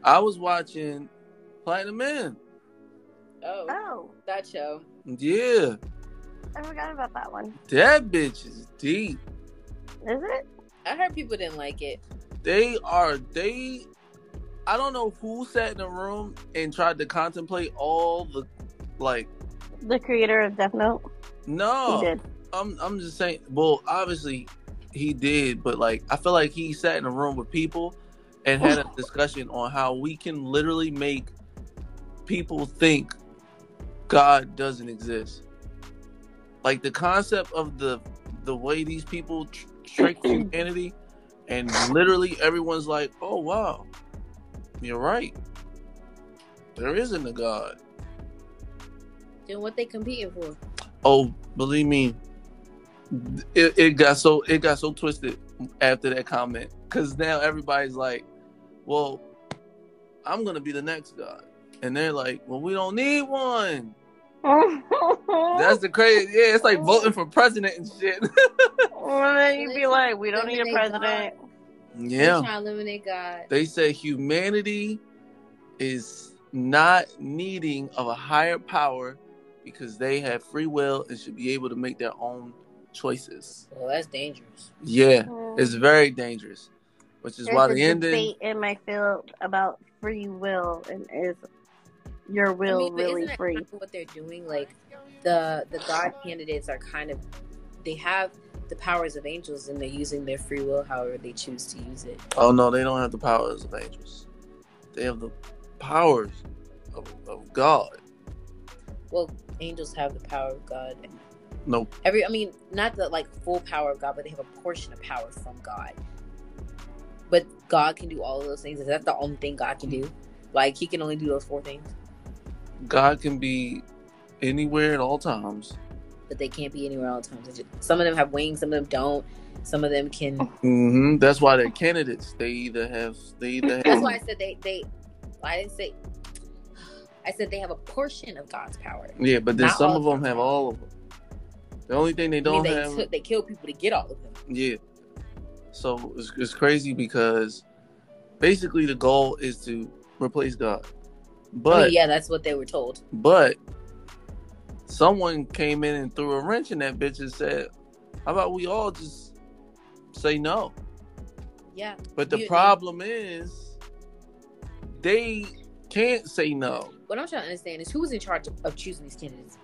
S1: I was watching Platinum Man.
S3: Oh,
S4: Oh,
S3: that show.
S1: Yeah,
S4: I forgot about that one.
S1: that bitch is deep.
S4: Is it?
S3: I heard people didn't like it.
S1: They are they. I don't know who sat in the room and tried to contemplate all the, like,
S4: The creator of Death Note.
S1: no.
S4: He did.
S1: I'm I'm just saying. Well, obviously he did, but like I feel like he sat in a room with people and had a discussion on how we can literally make people think God doesn't exist. Like the concept of the the way these people tr- trick humanity, and literally everyone's like, "Oh wow, you're right. There isn't a God."
S3: Then what they competing for?
S1: oh believe me it, it got so it got so twisted after that comment because now everybody's like well i'm gonna be the next god and they're like well we don't need one that's the crazy yeah it's like voting for president and shit
S4: and then you'd be like, we don't need a
S3: Eliminate God.
S4: president.
S1: yeah
S3: They trying to eliminate God.
S1: they say humanity is not needing of a higher power because they have free will and should be able to make their own choices
S3: Well, Oh, that's dangerous.
S1: yeah It's very dangerous, which is
S4: There's
S1: why
S4: a
S1: the ending.
S4: debate in my field about free will and is your will
S3: I mean, but
S4: really
S3: isn't that
S4: free?
S3: Kind of what they're doing, like the the God candidates are kind of they have the powers of angels and they're using their free will however they choose to use it.
S1: Oh no, they don't have the powers of angels. They have the powers of, of God.
S3: Well, angels have the power of God and
S1: No,
S3: every i mean not the like full power of god but they have a portion of power from god but god can do all of those things is that the only thing god can do like he can only do those four things
S1: God can be anywhere at all times.
S3: but they can't be anywhere all the time They ju- some of them have wings some of them don't some of them can
S1: hmm That's why they're candidates. They either have they either have
S3: that's why i said they they i didn't say i said they have a portion of god's power
S1: yeah, but then
S3: Not
S1: some
S3: all
S1: of
S3: of
S1: them
S3: them.
S1: have all of them. The only thing they
S3: I mean,
S1: don't
S3: they
S1: have
S3: took, they killed people to get all of them
S1: Yeah. So it's, it's crazy because basically the goal is to replace God,
S3: I
S1: but
S3: mean, yeah that's what they were told
S1: But someone came in and threw a wrench in that bitch and said, How about we all just say no?
S3: Yeah.
S1: But the
S3: You-
S1: problem is, they can't say no.
S3: What I'm trying to understand is who's in charge of, of choosing these candidates.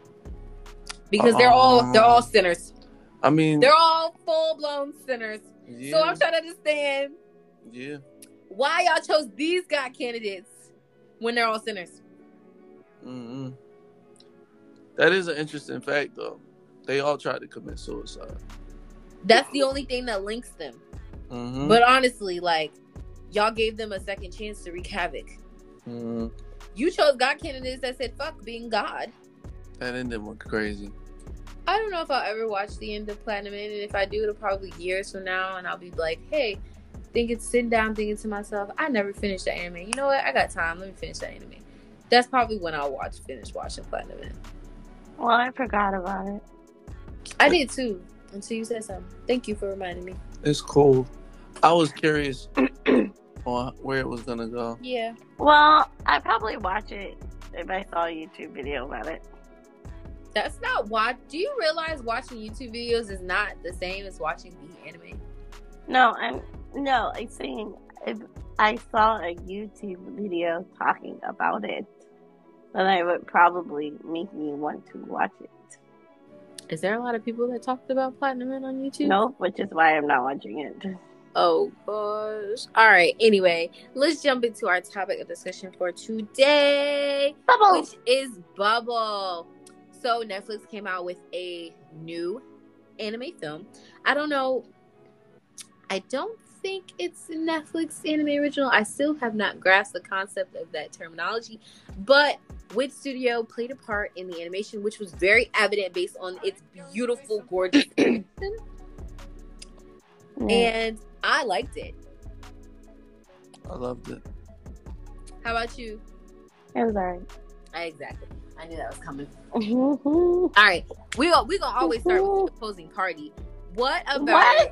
S3: Because they're all
S1: Uh-huh.
S3: they're all sinners.
S1: I mean,
S3: They're all full blown sinners.
S1: yeah,
S3: So I'm trying to understand
S1: yeah.
S3: why y'all chose these guy candidates when they're all sinners.
S1: Mhm. That is an interesting fact, though. They all tried to commit suicide.
S3: That's the only thing that links them.
S1: Mhm.
S3: But honestly, like y'all gave them a second chance to wreak havoc.
S1: Mhm.
S3: You chose God candidates that said fuck being God.
S1: That ended was crazy.
S3: I don't know if I'll ever watch the end of Platinum Man, and if I do, it'll probably be years from now, and I'll be like, hey, thinking, sitting down, thinking to myself, I never finished the anime. You know what? I got time. Let me finish the anime. That's probably when I'll watch, finish watching Platinum Man.
S4: Well, I forgot about it.
S3: I did too, until you said something. Thank you for reminding me.
S1: It's cool. I was curious on where it was gonna go.
S3: Yeah.
S4: Well, I probably watch it if I saw a YouTube video about it.
S3: That's not watch. Do you realize watching YouTube videos is not the same as watching the anime?
S4: No, I'm no. I'm saying if I saw a YouTube video talking about it, then I would probably make me want to watch it.
S3: Is there a lot of people that talked about Platinum Man on YouTube?
S4: Nope, which is why I'm not watching it.
S3: Oh gosh. All right. Anyway, let's jump into our topic of discussion for today,
S4: Bubble.
S3: which is Bubble. So Netflix came out with a new anime film. I don't know. I don't think it's a Netflix anime original. I still have not grasped the concept of that terminology, but which studio played a part in the animation, which was very evident based on its beautiful, gorgeous animation
S4: Yeah.
S3: and I liked it.
S1: I loved it.
S3: How about you?
S4: It was alright.
S3: Exactly. I knew that was coming.
S4: what?
S3: All right, we are we gonna always start with the opposing party. What about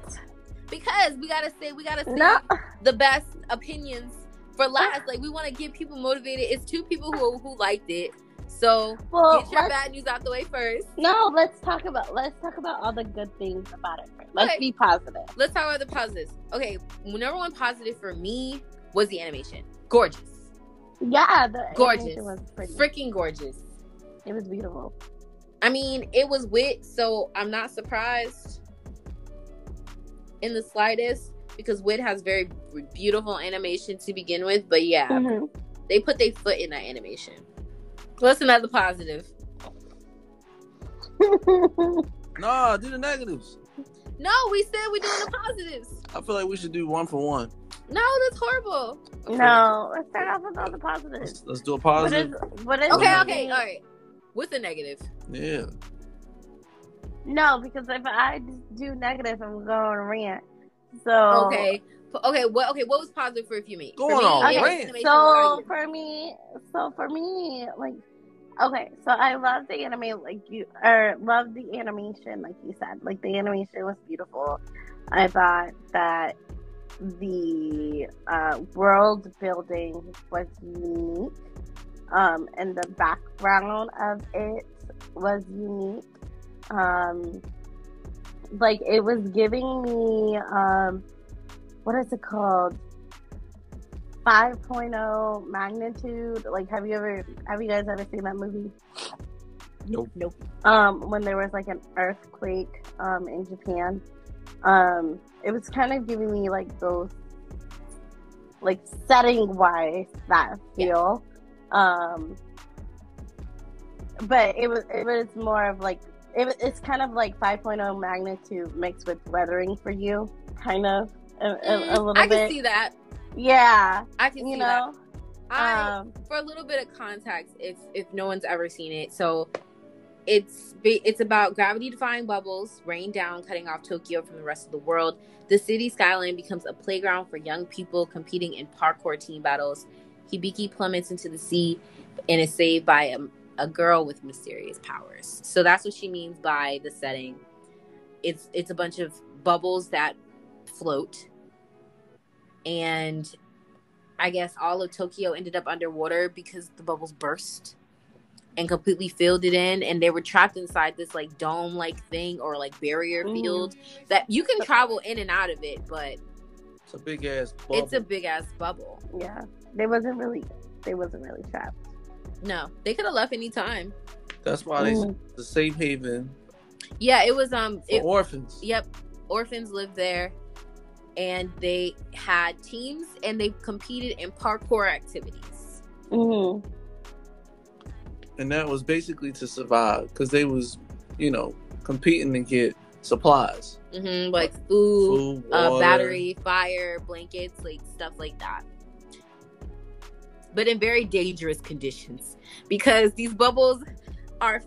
S3: because we gotta say we gotta say
S4: No.
S3: the best opinions for last. Like we want to get people motivated. It's two people who who liked it, so
S4: Well,
S3: get your
S4: let's,
S3: bad news out the way first.
S4: no. Let's talk about let's talk about all the good things about it. first. Let's
S3: Okay.
S4: be positive.
S3: Let's talk about the positives. Okay, number one positive for me was the animation. Gorgeous,
S4: Yeah, the
S3: gorgeous,
S4: animation was pretty.
S3: freaking gorgeous.
S4: it was beautiful.
S3: I mean, it was wit, so I'm not surprised in the slightest because wit has very beautiful animation to begin with. But yeah,
S4: Mhm.
S3: they put their foot in that animation. What's another positive?
S1: Nah, do the negatives.
S3: No, we said we're doing the positives.
S1: I feel like we should do one for one.
S3: No, that's horrible.
S4: no, let's start off with all the
S1: Let's,
S4: positives.
S1: let's do a
S4: What
S1: positive.
S4: is what is
S3: Okay,
S1: Mhm.
S3: okay, all right. What's a negative?
S1: yeah.
S4: No, because if I just do negative, I'm going on a rant. So
S3: Okay, P- okay. What? Okay, what was positive for you, mate?
S1: Go
S3: For
S1: on
S3: me,
S1: a
S3: it was
S1: rant.
S3: animation.
S4: so
S3: What are you?
S4: for me, so for me, like, okay, so I love the anime, like you, or love the animation, like you said, like the animation was beautiful. I thought that the uh, world building was unique, um, and the background of it was unique. Um, like it was giving me, um, what is it called? 5.0 magnitude like have you ever have you guys ever seen that movie
S1: Nope.
S3: Nope.
S4: um when there was like an earthquake um in japan um it was kind of giving me like those like setting wise that
S3: Yeah.
S4: feel um but it was it was more of like it, was- it's kind of like 5.0 magnitude mixed with weathering for you kind of a, a, a
S3: Mm,
S4: little
S3: I
S4: bit
S3: can see that.
S4: yeah
S3: I can see
S4: you know
S3: that. I
S4: um
S3: for a little bit of context, if if no one's ever seen it, so it's ba- it's about gravity defying bubbles rain down, cutting off Tokyo from the rest of the world. The city skyline becomes a playground for young people competing in parkour team battles. Hibiki plummets into the sea and is saved by a, a girl with mysterious powers. So that's what she means by the setting. It's it's a bunch of bubbles that float, and I guess all of Tokyo ended up underwater because the bubbles burst and completely filled it in, and they were trapped inside this like dome like thing or like barrier
S4: Mhm.
S3: field that you can travel in and out of it, but
S1: It's a big ass bubble.
S3: It's a big ass bubble.
S4: Yeah, they wasn't really. They wasn't really trapped.
S3: No, they could have left any time.
S1: That's why they
S4: Mm.
S1: the safe haven
S3: Yeah, it was um
S1: for
S3: it,
S1: orphans.
S3: Yep. Orphans lived there and they had teams and they competed in parkour activities.
S4: Mhm.
S1: and that was basically to survive because they was you know competing to get supplies
S3: hmm like food,
S1: food
S3: uh,
S1: water.
S3: battery, fire, blankets, like stuff like that. But in very dangerous conditions because these bubbles are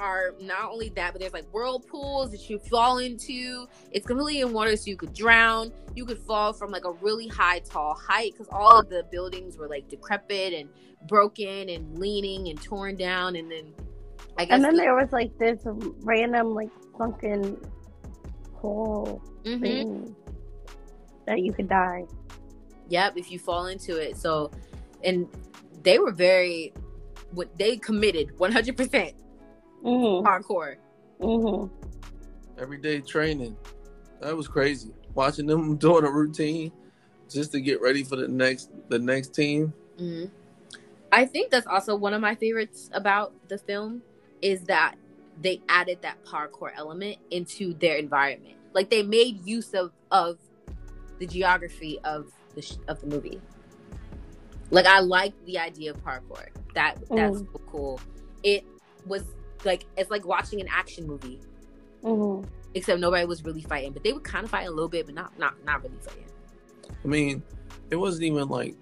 S3: are not only that, but there's like whirlpools that you fall into. It's completely in water, so you could drown. You could fall from like a really high, tall height because all of the buildings were like decrepit and broken and leaning and torn down. And then I guess
S4: And then there was like this random like sunken hole
S3: Mhm.
S4: thing that you could die.
S3: Yep, if you fall into it. So, and they were very, what they committed 100% Mm-hmm.
S4: Mhm.
S3: hardcore.
S4: Mhm.
S1: everyday training that was crazy watching them doing a routine just to get ready for the next the next team
S3: Mhm. I think that's also one of my favorites about the film is that they added that parkour element into their environment. Like they made use of of the geography of the sh- of the movie. Like I like the idea of parkour. That that's so cool. It was like it's like watching an action movie
S4: Mhm.
S3: except nobody was really fighting, but they were kind of fighting a little bit, but not not not really fighting.
S1: i mean it wasn't even like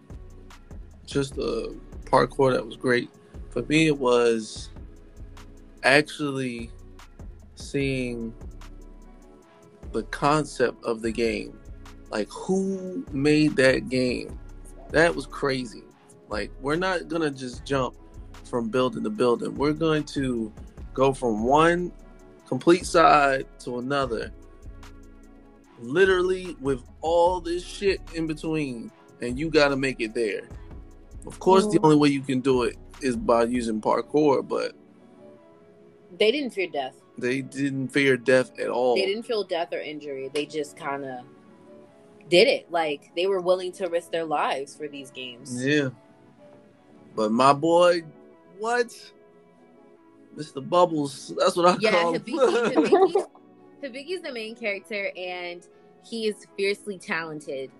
S1: just a parkour that was great for me it was actually seeing the concept of the game like who made that game that was crazy like we're not gonna just jump from building to building we're going to go from one complete side to another literally with all this shit in between and you gotta make it there of course the
S4: Mhm.
S1: only way you can do it is by using parkour but
S3: They didn't fear death.
S1: they didn't fear death at all
S3: They didn't feel death or injury. They just kind of did it. Like they were willing to risk their lives for these games.
S1: Yeah. But my boy, what? Mr. Bubbles. That's what I
S3: Yeah,
S1: call
S3: Hibiki,
S1: him.
S3: Hibiki, Hibiki's the main character, and he is fiercely talented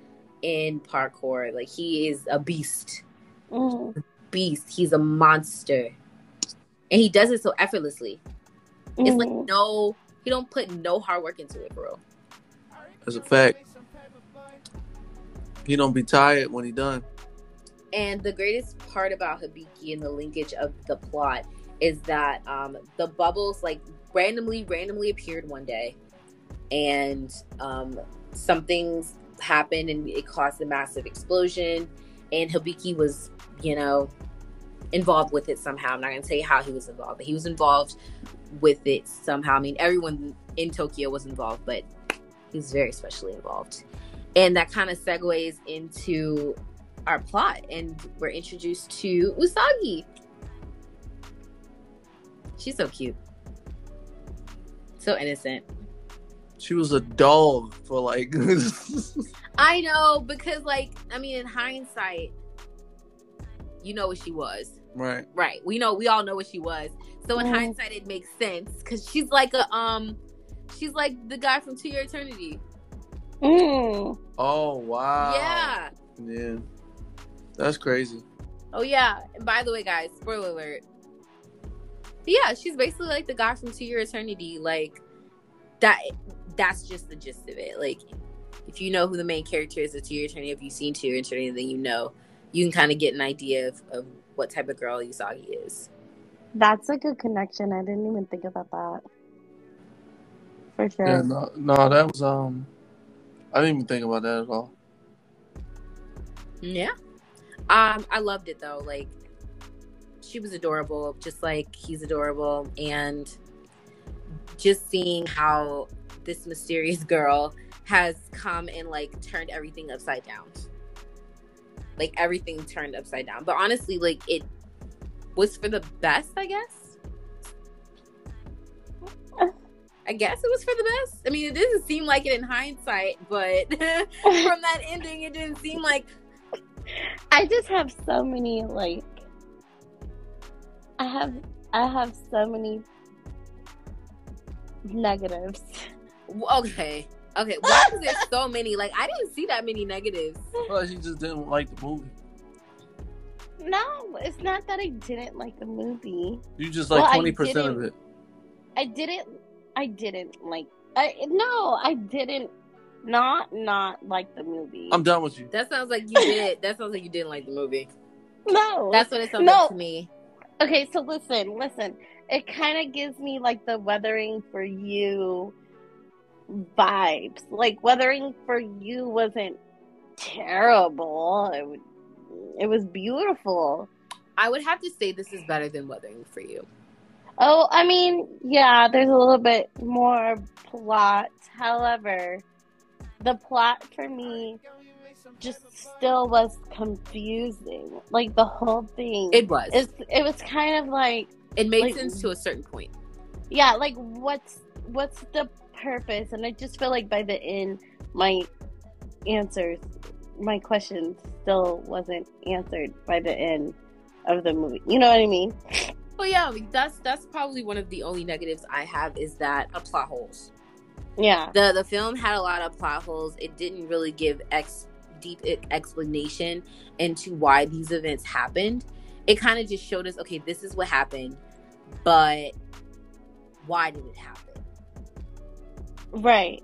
S3: in parkour. Like he is a beast,
S4: Mhm.
S3: beast. He's a monster, and he does it so effortlessly. It's like
S4: Mhm.
S3: no, he don't put no hard work into it, bro.
S1: That's a fact. he don't be tired when he done.
S3: And the greatest part about Habiki and the linkage of the plot is that um, the bubbles like randomly, randomly appeared one day, and um, something's happened and it caused a massive explosion. And Habiki was, you know, involved with it somehow. I'm not gonna tell you how he was involved, but he was involved with it somehow. I mean, everyone in Tokyo was involved, but he was very specially involved. And that kind of segues into our plot and we're introduced to Usagi. She's so cute. So innocent.
S1: She was a dog for like
S3: I know because like I mean in hindsight you know what she was.
S1: Right.
S3: Right. We know we all know what she was. So in
S4: Mhm.
S3: hindsight it makes sense cuz she's like a um she's like the guy from 2 Year Eternity.
S4: Mm.
S1: Oh wow.
S3: Yeah.
S1: Yeah. That's crazy.
S3: Oh yeah. And by the way, guys, spoiler alert. Yeah, she's basically like the guy from Two Year Eternity. Like that. That's just the gist of it. Like, if you know who the main character is of Two Year Eternity, if you've seen Two Year Eternity, then you know you can kind of get an idea of, of what type of girl Usagi is.
S4: That's a good connection. I didn't even think about that. For sure.
S1: Yeah, no, no, that was um I didn't even think about that at all.
S3: Yeah. Um, I loved it though. Like she was adorable, just like he's adorable, and just seeing how this mysterious girl has come and like turned everything upside down. Like everything turned upside down. But honestly, like it was for the best, I guess. I guess it was for the best. I mean, it doesn't seem like it in hindsight, but from that ending, it didn't seem like
S4: I just have so many like I have I have so many negatives.
S3: okay. Okay, why is there so many? Like, I didn't see that many negatives.
S1: Plus, you just didn't like the movie.
S4: No, it's not that I didn't like the movie.
S1: You just like
S4: Well, I
S1: twenty percent of
S4: didn't-
S1: it.
S4: I didn't I didn't like I no, I didn't not not like the movie.
S1: I'm done with you.
S3: That sounds like you did. That sounds like you didn't like the movie.
S4: no.
S3: That's what it sounds
S4: No.
S3: like to me.
S4: Okay, so listen, listen. It kind of gives me like the weathering for you vibes. Like weathering for you wasn't terrible. It, w- it was beautiful.
S3: I would have to say this is better than Weathering for You.
S4: Oh, I mean, yeah, there's a little bit more plot. However, the plot for me just still was confusing. Like the whole thing.
S3: It was.
S4: it's, it was kind of like
S3: it made
S4: like-
S3: sense to a certain point.
S4: yeah like what's what's the purpose and i just feel like by the end my answers my question still wasn't answered by the end of the movie you know what i mean
S3: Well, yeah, that's that's probably one of the only negatives I have is that uh, plot holes.
S4: yeah
S3: the The film had a lot of plot holes. It didn't really give ex deep e- explanation into why these events happened. It kind of just showed us, okay, this is what happened, but why did it happen?
S4: right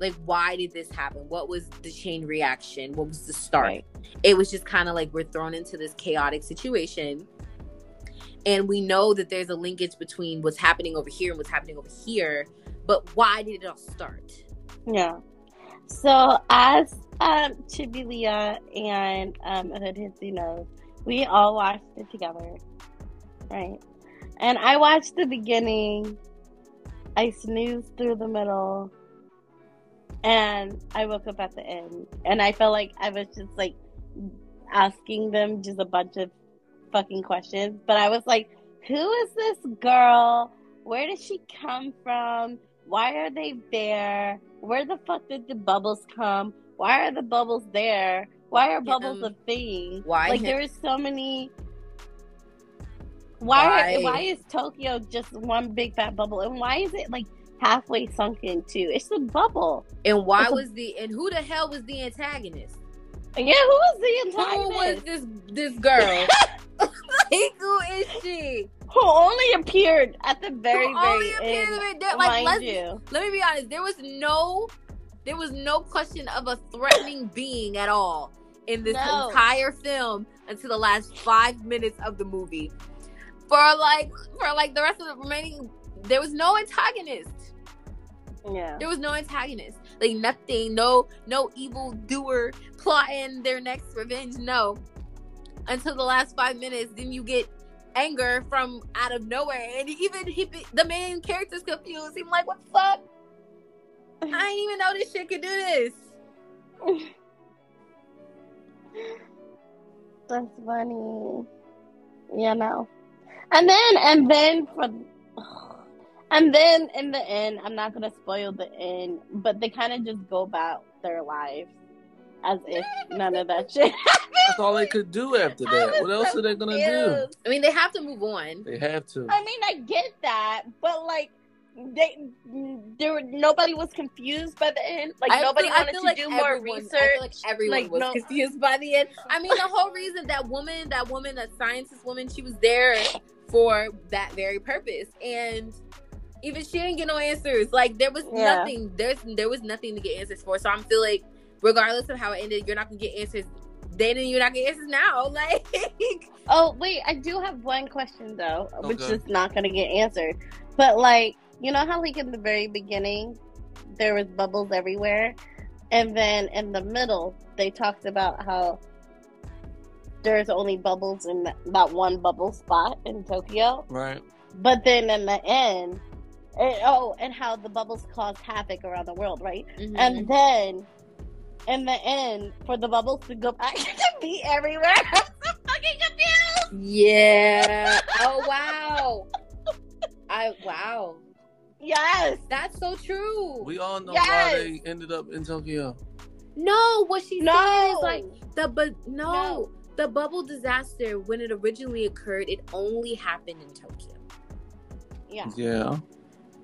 S3: Like, why did this happen? What was the chain reaction? What was the start?
S4: right
S3: it was just kind of like we're thrown into this chaotic situation and we know that there's a linkage between what's happening over here and what's happening over here but why did it all start
S4: yeah so as um chibilia and um hood Hitsy knows we all watched it together right and i watched the beginning i snoozed through the middle and I woke up at the end, and I felt like I was just like asking them just a bunch of fucking questions. But I was like, "Who is this girl? Where did she come from? Why are they there? Where the fuck did the bubbles come? Why are the bubbles there? Why are bubbles
S3: um,
S4: a thing?
S3: why
S4: Like
S3: ha-
S4: there is so many." Why,
S3: Why?
S4: why? Why is Tokyo just one big fat bubble, and why is it like halfway sunken too? It's a bubble.
S3: and why
S4: It's a-
S3: was the and who the hell was the antagonist
S4: Yeah, who was the
S3: who was
S4: antagonist?
S3: this this girl like who is she
S4: Who only appeared at the very,
S3: who only
S4: very
S3: appeared
S4: end?
S3: to be dead? like
S4: mind
S3: let's,
S4: you,
S3: let me be honest there was no there was no question of a threatening being at all in this
S4: No.
S3: entire film until the last five minutes of the movie for like for like the rest of the remaining there was no antagonist
S4: yeah,
S3: there was no antagonist like nothing no no evil doer plotting their next revenge no until the last five minutes then you get anger from out of nowhere and even he, the main character's confused he's like what the fuck I didn't even know this shit could do this.
S4: that's funny. You know, and then and then for, and then in the end, I'm not gonna spoil the end, but they kind of just go about their lives as if none of that shit.
S1: That's all they could do after
S4: I
S1: that.
S4: was
S1: What else
S4: so
S1: are they gonna
S4: confused.
S1: do?
S3: I mean, they have to move on.
S1: They have to.
S4: I mean, I get that, but like, they there were nobody was confused by the end. Like
S3: I
S4: nobody
S3: feel- I
S4: wanted
S3: feel
S4: to
S3: like
S4: do more
S3: everyone-
S4: research.
S3: I feel like everyone
S4: Like,
S3: was
S4: no-
S3: confused by the end. I mean, the whole reason that woman, that woman, that scientist woman, she was there for that very purpose, and even she didn't get no answers. Like there was
S4: Yeah.
S3: nothing. There's there was nothing to get answers for. So I'm feel like, regardless of how it ended, you're not gonna get answers. Then and you're not gonna get answers now. Like
S4: oh wait, I do have one question though, which
S1: Okay.
S4: is not going to get answered. But like, you know how like in the very beginning there was bubbles everywhere, and then in the middle they talked about how there's only bubbles in that, that one bubble spot in Tokyo.
S1: Right.
S4: But then in the end, it, oh, and how the bubbles cause havoc around the world, right?
S3: Mm-hmm. um,
S4: And then in the end, for the bubbles to go back to be everywhere. I'm so fucking confused.
S3: yeah. oh wow. I wow.
S4: Yes.
S3: That's so true.
S1: We all know
S4: Yes.
S1: why they ended up in Tokyo.
S3: no, what she's saying
S4: No.
S3: is like the but no,
S4: No.
S3: the bubble disaster when it originally occurred, it only happened in Tokyo.
S4: yeah.
S1: Yeah.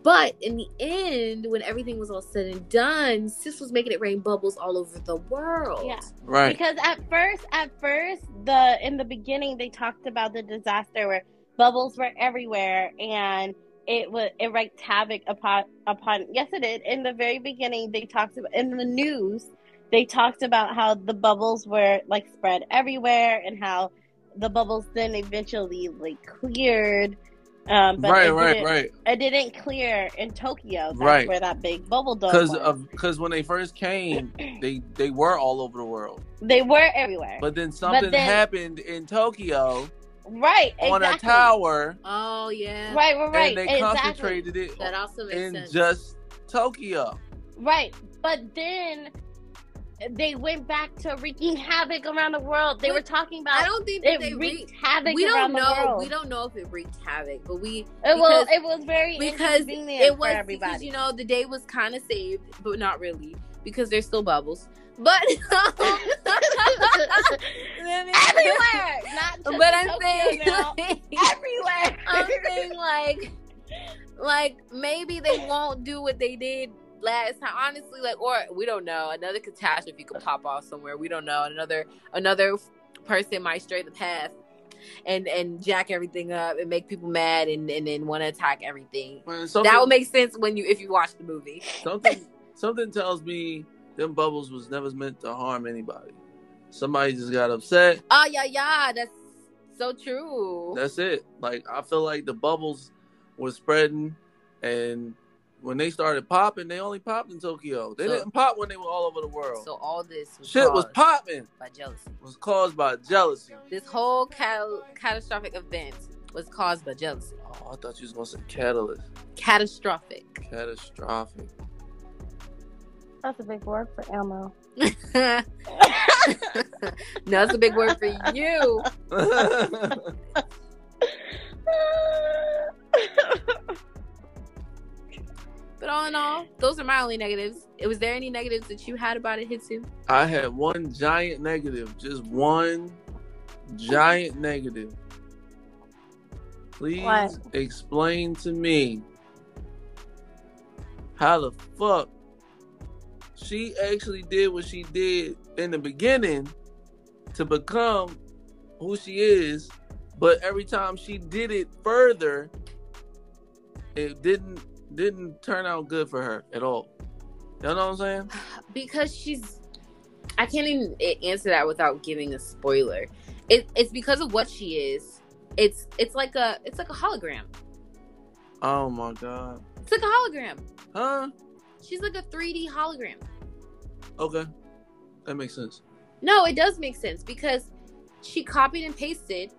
S3: But in the end, when everything was all said and done, sis was making it rain bubbles all over the world.
S4: Yeah.
S1: Right.
S4: Because at first, at first, the in the beginning, they talked about the disaster where bubbles were everywhere and it was it wreaked havoc upon upon. Yes, it did. In the very beginning, they talked about in the news. They talked about how the bubbles were like spread everywhere and how the bubbles then eventually like cleared. Um, but
S1: right,
S4: it
S1: right,
S4: didn't-
S1: right.
S4: It didn't clear in Tokyo. That's
S1: Right.
S4: where that big bubble dome.
S1: Because
S4: was.
S1: of because when they first came, they they were all over the world.
S4: they were everywhere.
S1: But then something
S4: then-
S1: happened in Tokyo
S4: right.
S1: on a
S4: exactly.
S1: tower,
S3: Oh yeah.
S4: Right, right, right.
S1: and they
S4: exactly.
S1: concentrated it
S3: That also makes
S1: in
S3: sense.
S1: just Tokyo.
S4: Right, but then they went back to wreaking havoc around the world. They
S3: But
S4: were talking
S3: I
S4: about
S3: don't think that
S4: it
S3: they
S4: wreaked
S3: re-
S4: havoc
S3: we don't
S4: around the
S3: know.
S4: world.
S3: We don't know if it wreaked havoc, but we
S4: it was
S3: because-
S4: it was very
S3: because
S4: inconvenient
S3: it was
S4: for everybody.
S3: because you know the day was kind of saved, but not really because there's still bubbles. But
S4: everywhere, not just
S3: But I'm
S4: Tokyo now.
S3: saying,
S4: everywhere.
S3: I'm saying like, like maybe they won't do what they did last time. Honestly, like, or we don't know. Another catastrophe could pop off somewhere. We don't know. Another another person might stray the path and and jack everything up and make people mad and and then want to attack everything.
S1: Man,
S3: That would
S1: something,
S3: make sense when you if you watch the movie.
S1: something something tells me them bubbles was never meant to harm anybody. Somebody just got upset.
S3: Oh yeah, yeah. That's so true.
S1: That's it. Like I feel like the bubbles were spreading, and when they started popping, they only popped in Tokyo. They
S3: So-
S1: didn't pop when they were all over the world.
S3: so all this was
S1: Shit was
S3: caused
S1: popping.
S3: by jealousy.
S1: Was caused by jealousy.
S3: This whole cat- catastrophic event was caused by jealousy.
S1: Oh, I thought you was gonna say catalyst.
S3: Catastrophic.
S1: Catastrophic.
S4: That's a big word for ammo.
S3: no, that's a big word for you. But all in all, those are my only negatives. Was there any negatives that you had about it, Hitsu?
S1: I had one giant negative. Just one giant negative. Please
S4: What?
S1: explain to me how the fuck she actually did what she did in the beginning to become who she is, but every time she did it further, it didn't didn't turn out good for her at all. You know what I'm saying?
S3: Because she's. I can't even a- answer that without giving a spoiler. It, it's because of what she is. It's it's like a it's like a hologram.
S1: Oh my god.
S3: It's like a hologram.
S1: Huh?
S3: She's like a 3D hologram.
S1: Okay. That makes sense.
S3: No, it does make sense because she copied and pasted.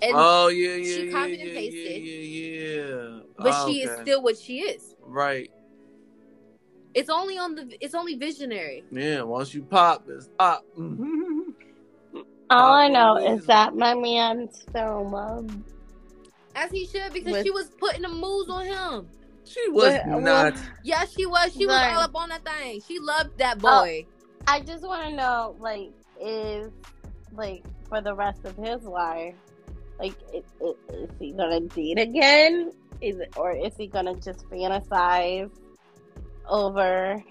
S3: And,
S1: oh yeah, yeah,
S3: she
S1: yeah,
S3: copied
S1: yeah,
S3: and pasted.
S1: yeah, yeah, yeah.
S3: but
S1: Oh,
S3: she is
S1: okay.
S3: still what she is.
S1: right.
S3: It's only on the. It's only visionary.
S1: Yeah, once you pop, it's pop.
S4: All I know
S1: Unbelievable.
S4: is that my man's fell in love.
S3: As he should, because
S4: With-
S3: she was putting the moves on him.
S1: she was
S3: uh,
S4: Well,
S1: not.
S3: Yes, she was. She
S4: Right. Oh.
S3: was all up on that thing. She loved that boy.
S4: I just want to know, like, is like for the rest of his life, like, i i is he gonna date again? Is it, or is he gonna just fantasize over?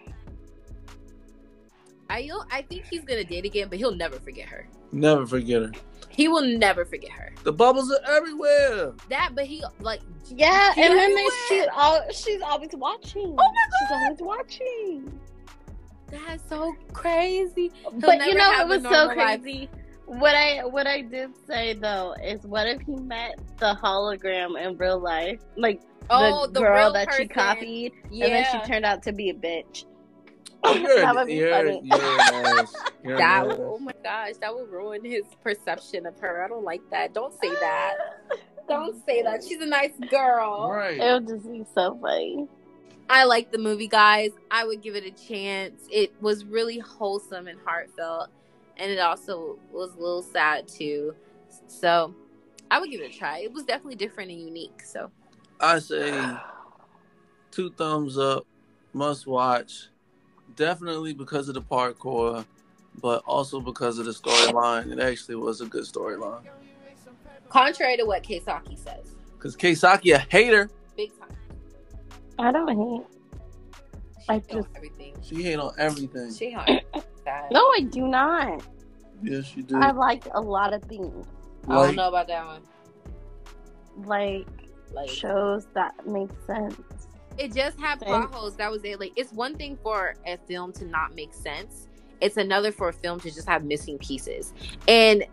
S3: I don't. I think he's gonna date again, but he'll never forget her.
S1: Never forget her.
S3: He will never forget her.
S1: The bubbles are everywhere.
S3: That, but he like
S4: Yeah, and then
S3: Yes.
S4: she's all she's always watching. Oh my god, she's always watching.
S3: that's so crazy. He'll
S4: but you
S3: never
S4: know,
S3: have
S4: it
S3: a
S4: was so
S3: normal life.
S4: crazy. What I what I did say though is, what if he met the hologram in real life, like
S3: Oh,
S4: the,
S3: the,
S4: girl
S3: real
S4: that
S3: person.
S4: she copied?
S3: Yeah.
S4: and then she turned out to be a bitch.
S1: You're,
S4: that would be
S1: Oh, you're,
S4: funny.
S1: You're an ass. You're an
S3: That
S1: ass.
S3: oh my gosh, that would ruin his perception of her. I don't like that. Don't say that. Don't say that. She's a nice girl.
S1: right.
S4: It would just be so funny.
S3: I like the movie, guys. I would give it a chance. It was really wholesome and heartfelt, and it also was a little sad too. So I would give it a try. It was definitely different and unique. So
S1: I say two thumbs up. Must watch. Definitely because of the parkour, but also because of the storyline. It actually was a good storyline.
S3: Contrary to what Keisaki says,
S1: Because Keisaki a hater.
S3: big time.
S4: I don't hate.
S3: She
S4: I
S3: hate on
S4: just-
S3: everything.
S1: She hate on everything.
S3: She hot. Bad.
S4: No, I do not.
S1: yes, you do.
S4: I like a lot of things,
S3: I
S1: Like-
S3: don't know about that one.
S4: like
S3: Like
S4: shows that make sense.
S3: it just had
S4: Thank-
S3: plot holes. That was it. Like it's one thing for a film to not make sense. It's another for a film to just have missing pieces. And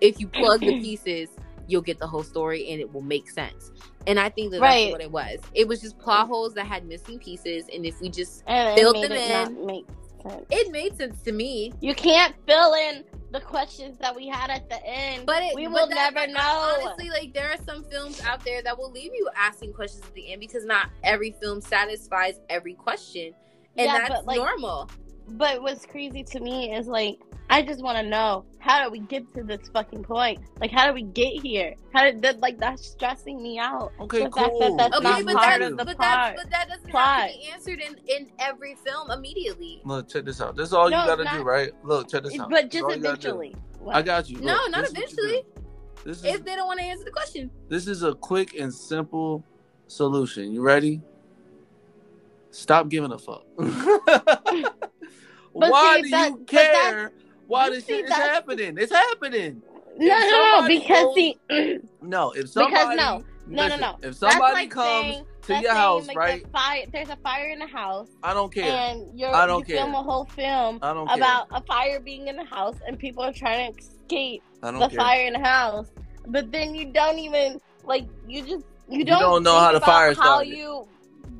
S3: if you plug the pieces, you'll get the whole story and it will make sense. And I think that
S4: Right.
S3: that's what it was. It was just plot holes that had missing pieces. And if we just,
S4: And it
S3: Build
S4: made
S3: them
S4: it
S3: in.
S4: not make sense.
S3: it made sense to me.
S4: You can't fill in the questions that we had at the end.
S3: But it,
S4: we
S3: but
S4: will
S3: that-
S4: never know.
S3: Honestly, like there are some films out there that will leave you asking questions at the end because not every film satisfies every question, and
S4: yeah,
S3: that's
S4: but like,
S3: normal.
S4: but what's crazy to me is like, I just want to know how did we get to this fucking point? Like, how did we get here? How did that? Like, that's stressing me out.
S1: okay,
S4: the fact
S1: cool.
S4: that that's
S3: Okay,
S4: not
S3: but
S4: part
S3: that's,
S4: of the
S3: but that's-
S4: plot.
S3: but that doesn't have to be answered in, in every film immediately.
S1: Look, check this out. This is all
S4: No,
S1: you gotta
S4: not-
S1: do, right? Look, check this out.
S4: But
S1: This is
S4: just
S1: all you gotta do.
S4: eventually. What?
S1: I got you.
S3: No,
S1: Look,
S3: not
S1: this is what you
S3: eventually.
S1: do. This is
S3: If they don't want to answer the question,
S1: This is a quick and simple solution. You ready? Stop giving a fuck. Why
S4: see,
S1: do
S4: that-
S1: you
S4: but that-
S1: care? Why
S4: you
S1: this
S4: see,
S1: shit is
S4: that's-
S1: happening? It's happening.
S4: no,
S1: if
S4: no, no,
S1: somebody
S4: because
S1: goes-
S4: see,
S1: No, if somebody
S4: because no, no,
S1: listen,
S4: no.
S1: If
S4: that's
S1: somebody
S4: like
S1: comes
S4: saying-
S1: to
S4: that's
S1: your
S4: saying,
S1: house,
S4: like, the
S1: right?
S4: fire- there's a fire in the house,
S1: I don't care.
S4: and you're
S1: I don't
S4: you
S1: care.
S4: film a whole film
S1: I don't care.
S4: about a fire being in the house, and people are trying to escape
S1: I don't
S4: the
S1: care.
S4: fire in the house, but then you don't even like you just you
S1: You
S4: don't,
S1: don't know
S4: think
S1: how the
S4: about
S1: fire
S4: how
S1: started.
S4: you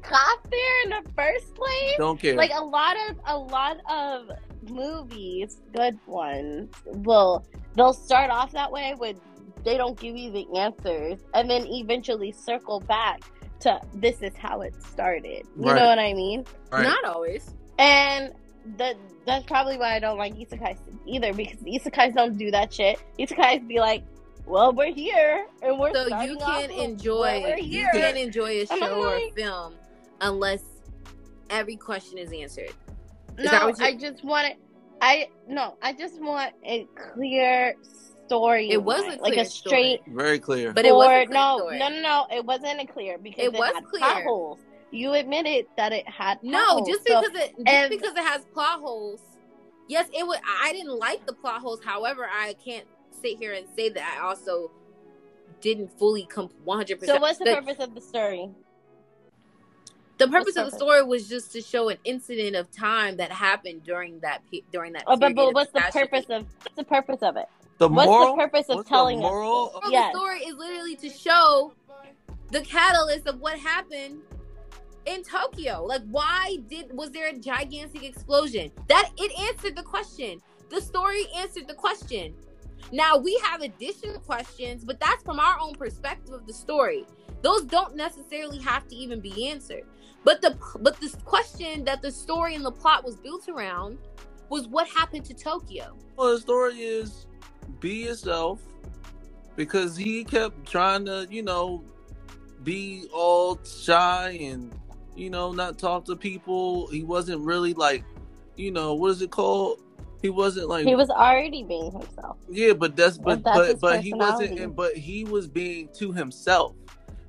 S4: got there in the first place.
S1: Don't care.
S4: Like a lot of a lot of movies, good ones will they'll start off that way with they don't give you the answers, and then eventually circle back to this is how it started. You
S1: Right.
S4: know what I mean?
S1: Right.
S3: not always.
S4: And that that's probably why I don't like isekais either because isekais don't do that shit. Isekais be like, "Well, we're here and we're
S3: So you
S4: starting off
S3: can
S4: with-
S3: enjoy
S4: we're
S3: you
S4: here."
S3: can enjoy a
S4: I'm
S3: show or a
S4: like-
S3: film unless every question is answered. Is
S4: no,
S3: that what you-
S4: I just want it. I no, I just want a clear story.
S3: It was
S4: line,
S3: a
S4: like
S3: clear
S4: a straight.
S1: Very clear.
S3: But it was a
S4: forward-
S3: clear
S4: no,
S3: story.
S4: no, no, no. It wasn't a clear because
S3: It
S4: it,
S3: was
S4: had
S3: clear.
S4: plot holes. You admitted that it had
S3: No,
S4: potholes,
S3: just
S4: so-
S3: because it just
S4: and-
S3: because it has plot holes. Yes, it would. I didn't like the plot holes. However, I can't sit here and say that I also didn't fully come one hundred
S4: so
S3: percent.
S4: what's the purpose of the story?
S3: The purpose
S4: What's
S3: of the
S4: the
S3: story was just to show an incident of time that happened during that pe- during that.
S4: Oh, but,
S3: period
S4: but
S3: of
S4: what's the
S3: catastrophe.
S4: purpose of what's the purpose of it?
S1: the
S4: What's
S1: moral.
S4: the purpose of
S1: what's the
S4: telling us
S1: moral
S4: this?
S1: of-
S3: Well, the
S4: Yes.
S3: story is literally to show the catalyst of what happened in Tokyo. Like, why did was there a gigantic explosion? That it answered the question. The story answered the question. Now we have additional questions, but that's from our own perspective of the story. Those don't necessarily have to even be answered. But the but this question that the story and the plot was built around was what happened to Tokyo.
S1: Well, the story is be yourself because he kept trying to, you know, be all shy and, you know, not talk to people. He wasn't really like, you know, what is it called? He wasn't like,
S4: He was already being himself.
S1: yeah, but that's, but,
S4: that's his
S1: but, but he wasn't,
S4: personality.
S1: and, but he was being to himself.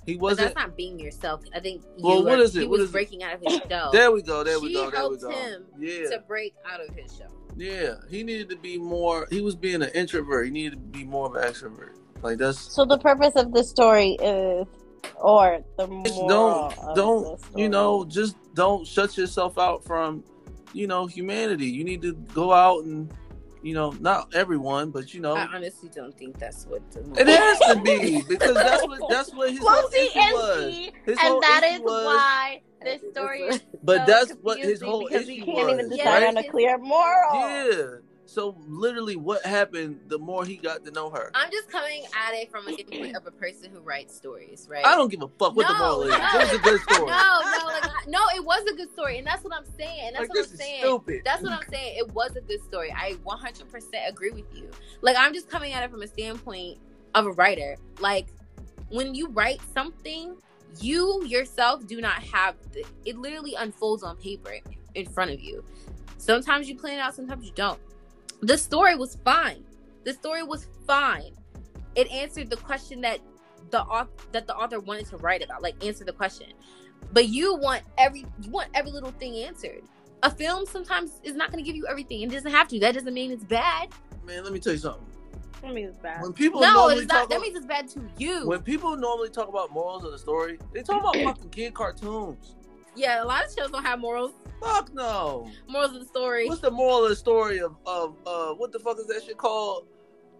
S1: He
S3: But
S1: wasn't,
S3: that's not being yourself. I think you
S1: Well, what
S3: are-
S1: is it?
S3: he
S1: What is
S3: was
S1: it?
S3: breaking out of his shell.
S1: there we go, there we
S3: She
S1: go, there we
S3: helped
S1: go.
S3: him
S1: yeah.
S3: to break out of his shell.
S1: Yeah. He needed to be more, he was being an introvert. He needed to be more of an extrovert. Like that's,
S4: So the purpose of the story is, or the moral
S1: don't
S4: of
S1: don't
S4: the story.
S1: you know just don't shut yourself out from you know humanity you need to go out and you know not everyone but you know
S3: I honestly don't think that's what the
S1: it has to be because that's what that's what his whole
S4: Fluffy
S1: issue
S4: and
S1: was
S4: key,
S1: His whole
S4: and that
S1: issue
S4: is
S1: was-
S4: why this story is
S1: but
S4: so
S1: that's what his
S4: confusing
S1: whole
S4: because
S1: issue
S4: we can't
S1: was
S4: even decide
S3: Yeah.
S1: right?
S4: on a clear moral.
S1: yeah so literally what happened the more he got to know her
S3: I'm just coming at it from a viewpoint of a person who writes stories, right?
S1: i don't give a fuck what the
S3: No,
S1: moral is
S3: no.
S1: it was a good
S3: No,
S1: story
S3: no, like, I- no. It was a good story, and that's what I'm saying. And that's
S1: like
S3: what I'm
S1: this is
S3: saying.
S1: stupid
S3: That's what I'm saying. It was a good story. I 100% agree with you. Like, I'm just coming at it from a standpoint of a writer. Like, when you write something, you yourself do not have the, it literally unfolds on paper in front of you sometimes you plan it out sometimes you don't the story was fine the story was fine it answered the question that the author that the author wanted to write about like answer the question but you want every you want every little thing answered a film sometimes is not going to give you everything and doesn't have to that doesn't mean it's bad
S1: Man, let me tell you something.
S4: That means bad.
S1: When people
S3: no
S1: normally
S3: it's
S1: talk
S3: not that
S1: about,
S3: means it's bad to you
S1: when people normally talk about morals of the story, they talk about fucking kid cartoons.
S3: yeah a lot of shows don't have morals
S1: Fuck no.
S3: morals of the story
S1: What's the moral of the story of of uh what the fuck is that shit called?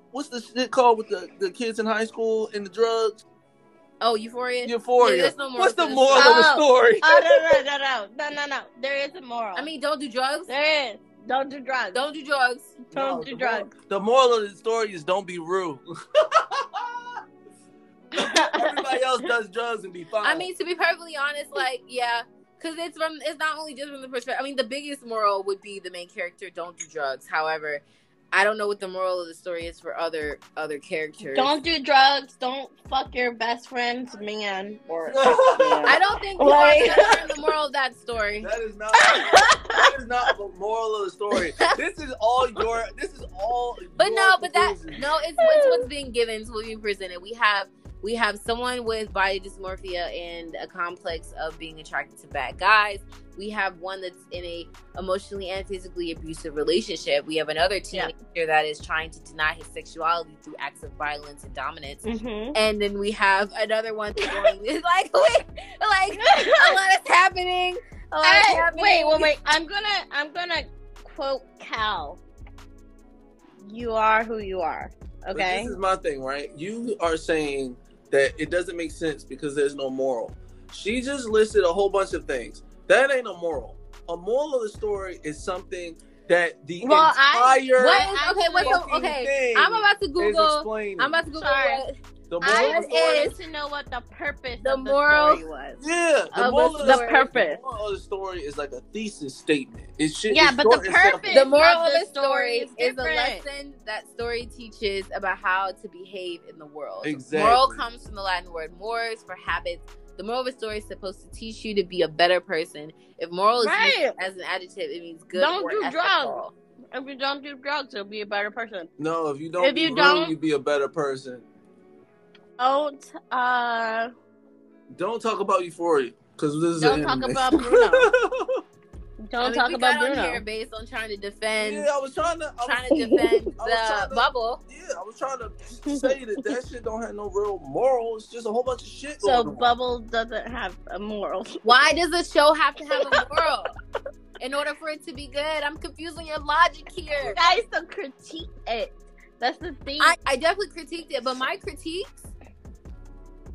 S1: What's the shit called with the, the kids in high school and the drugs?
S3: oh euphoria Yeah,
S1: Euphoria.
S3: there's no moral
S1: What's
S3: to
S1: the
S3: the
S1: moral of the
S4: story.
S1: story?
S4: Oh no no no no no no no! There is a moral.
S3: i mean don't do drugs
S4: there is. Don't do drugs.
S3: don't do drugs
S4: don't
S1: No,
S4: do
S1: the
S4: drugs.
S1: Moral, the moral of the story is don't be rude. Everybody else does drugs and be fine.
S3: I mean, to be perfectly honest, like, yeah, because it's from it's not only just from the perspective. I mean, the biggest moral would be the main character don't do drugs. However, I don't know what the moral of the story is for other other characters.
S4: Don't do drugs. Don't fuck your best friend's man. Or
S3: I
S1: that
S3: don't think you
S4: Like-
S3: are gonna learn the moral of that story.
S1: is not that is not the moral of the story. This is all your this is all
S3: But
S1: your
S3: no, but that
S1: conclusion.
S3: no, it's, it's what's being given, it's what's being presented. We have we have someone with body dysmorphia and a complex of being attracted to bad guys. We have one that's in a emotionally and physically abusive relationship. We have another teenager that is trying to deny his sexuality through acts of violence and dominance.
S4: Mhm.
S3: And then we have another one that's going, it's like wait, like a lot is happening. A lot is
S4: Hey,
S3: happening.
S4: wait, wait, wait. I'm gonna, I'm gonna quote Cal. You are who you are.
S1: But
S4: Okay.
S1: this is my thing, right? You are saying that it doesn't make sense because there's no moral. She just listed a whole bunch of things. That ain't a moral. A moral of the story is something that the
S4: Well, I-
S1: entire
S3: What is- okay, what's the,
S1: fucking
S3: okay.
S1: thing
S3: I'm about to
S1: is
S3: Google.
S1: explaining.
S3: I'm about to Google
S4: Sorry.
S3: what
S1: the moral
S4: I
S1: of
S3: What
S1: the
S4: just
S1: story.
S4: wanted
S3: is-
S4: to know what the purpose
S3: the
S4: of the
S3: moral-
S4: story was.
S1: Yeah,
S3: of
S1: the
S3: the
S1: moral of the,
S3: story.
S1: story-
S4: Purpose.
S1: The moral of the story is like a thesis statement. It should.
S4: Yeah,
S1: it's
S4: but the
S1: short and simple.
S4: purpose-
S3: the moral
S4: Not
S3: of
S4: the
S3: the story
S4: story is
S3: is a
S4: different.
S3: lesson that story teaches about how to behave in the world.
S1: Exactly.
S3: Moral comes from the Latin word mores for habits. The moral of a story is supposed to teach you to be a better person. If moral is used
S4: Right.
S3: as an adjective, it means good.
S4: Don't
S3: or
S4: do
S3: ethical.
S4: drugs. If you don't do drugs, you'll be a better person.
S1: No, if you don't,
S4: If
S1: be
S4: you
S1: rude,
S4: don't-
S1: you be a better person.
S4: Don't, uh,
S1: Don't talk about euphoria because this is
S4: Don't
S1: an
S4: talk
S1: anime.
S4: about Bruno.
S3: I
S4: don't
S3: mean,
S4: talk
S3: we
S4: about
S3: got on
S4: Bruno.
S3: here based on trying to defend,
S1: yeah, I was trying to. I was
S3: trying to defend the
S1: I was trying to-
S3: bubble.
S1: Yeah, I was trying to say that that shit don't have no real moral. It's just a whole bunch of shit.
S4: So
S1: going on.
S4: Bubble doesn't have a moral.
S3: Why does a show have to have a moral in order for it to be good? I'm confusing your logic here.
S4: Guys, don't critique it. That's the thing.
S3: I, I definitely critiqued it, but my critiques,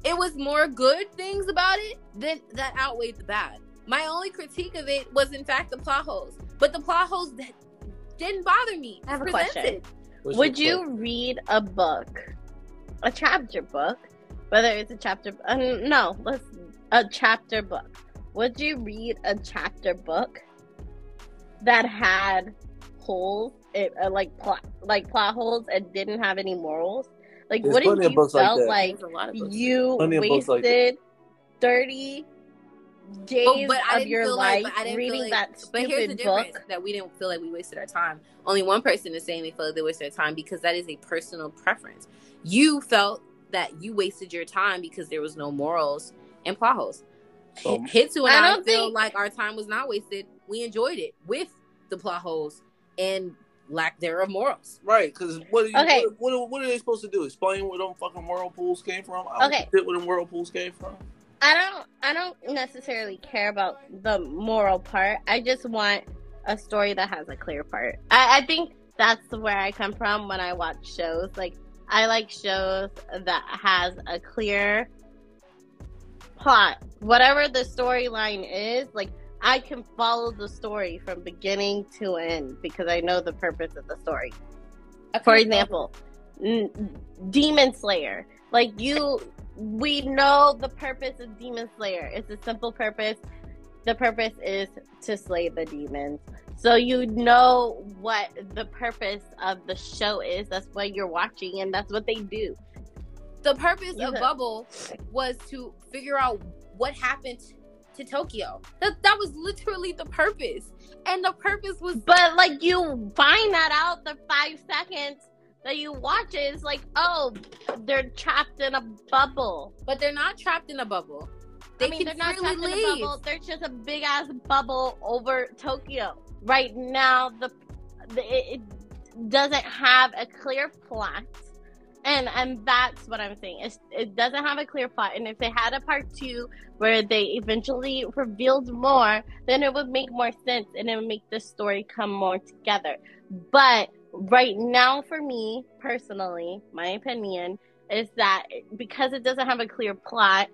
S3: it was more good things about it than that outweighed the bad. My only critique of it was, in fact, the plot holes, but the plot holes that didn't bother me.
S4: I have a
S3: Presented.
S4: question.
S1: What's
S4: Would
S1: your
S4: you read a book, a chapter book, whether it's a chapter? Uh, no, let's a chapter book. Would you read a chapter book that had holes, it, uh, like plot, like plot holes, and didn't have any morals? Like,
S1: There's
S4: wouldn't
S1: plenty of
S4: you
S1: books like
S4: felt
S1: that.
S4: like
S3: There's a lot of books.
S4: you
S1: Plenty of books
S4: wasted
S1: like
S4: 30
S3: Oh, But,
S4: days
S3: but I
S4: of
S3: didn't
S4: your
S3: feel
S4: life
S3: like, but I didn't
S4: reading
S3: feel like,
S4: that
S3: But here's the
S4: stupid
S3: difference
S4: book.
S3: that we didn't feel like we wasted our time. Only one person is saying they feel like they wasted their time because that is a personal preference. You felt that you wasted your time because there was no morals and plot holes.
S1: Um,
S3: Hitsu and
S4: I
S3: I,
S4: don't
S3: feel
S4: think-
S3: like our time was not wasted. We enjoyed it with the plot holes and lack thereof morals.
S1: Right, because what, are you-
S4: Okay.
S1: what, what, what are they supposed to do? Explain where them fucking whirlpools came from? I don't
S4: Okay.
S1: Fit where them whirlpools came from?
S4: I don't I don't necessarily care about the moral part. I just want a story that has a clear part. I, I think that's where I come from when I watch shows. Like I like shows that has a clear plot. Whatever the storyline is, like I can follow the story from beginning to end because I know the purpose of the story. For example, n- Demon Slayer. Like you, we know the purpose of Demon Slayer. It's a simple purpose. The purpose is to slay the demons. So you know what the purpose of the show is. That's what you're watching, and that's what they do.
S3: the purpose
S4: You
S3: of
S4: said-
S3: Bubble was to figure out what happened to Tokyo. That that was literally the purpose, and the purpose was
S4: But like you find that out the five seconds that you watch it, it's like, oh, they're trapped in a bubble.
S3: But they're not trapped in a bubble. They
S4: I mean, they're
S3: can
S4: not
S3: freely
S4: trapped in a
S3: leave.
S4: bubble. There's just a big ass bubble over Tokyo right now. The, the it, it doesn't have a clear plot, and and that's what I'm saying. It's, it doesn't have a clear plot. And if they had a part two where they eventually revealed more, then it would make more sense, and it would make the story come more together. But right now, for me personally, my opinion is that because it doesn't have a clear plot.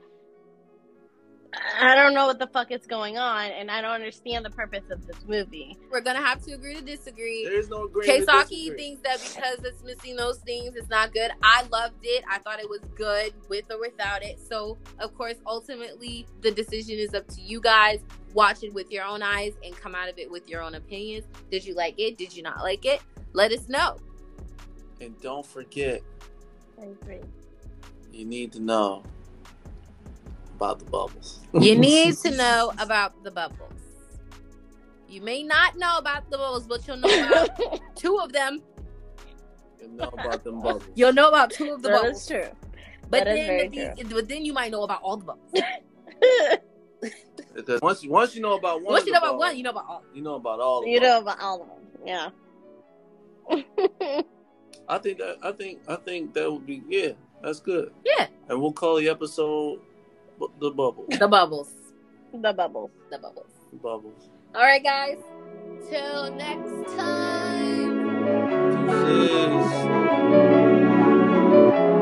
S4: I don't know what the fuck is going on, and I don't understand the purpose of this movie.
S3: We're gonna have to agree to disagree.
S1: There's no great.
S3: Kaisaki thinks that because it's missing those things, it's not good. I loved it. I thought it was good with or without it. So, of course, ultimately, the decision is up to you guys. Watch it with your own eyes and come out of it with your own opinions. Did you like it? Did you not like it? Let us know.
S1: And don't forget,
S4: I agree.
S1: you need to know about the bubbles.
S3: You need to know about the bubbles. You may not know about the bubbles, but you'll know about two of them.
S1: You know about them bubbles.
S3: You'll know about two of the
S4: that is
S3: bubbles.
S4: true.
S3: But
S4: That is
S3: then,
S4: very
S3: the, but then you might know about all the bubbles.
S1: Because once you once you know about one,
S3: Once
S1: of
S3: you
S1: the
S3: know about
S1: bubbles,
S3: one, you know about all.
S1: you know about all. of
S4: you
S1: them.
S4: know about all of them. Yeah.
S1: I think that I think I think that would be yeah. That's good.
S3: Yeah,
S1: And we'll call the episode bu- the bubble.
S3: the bubbles.
S4: the bubbles.
S3: The bubbles.
S1: The bubbles.
S3: All right, guys. Till next time.
S1: Deuces.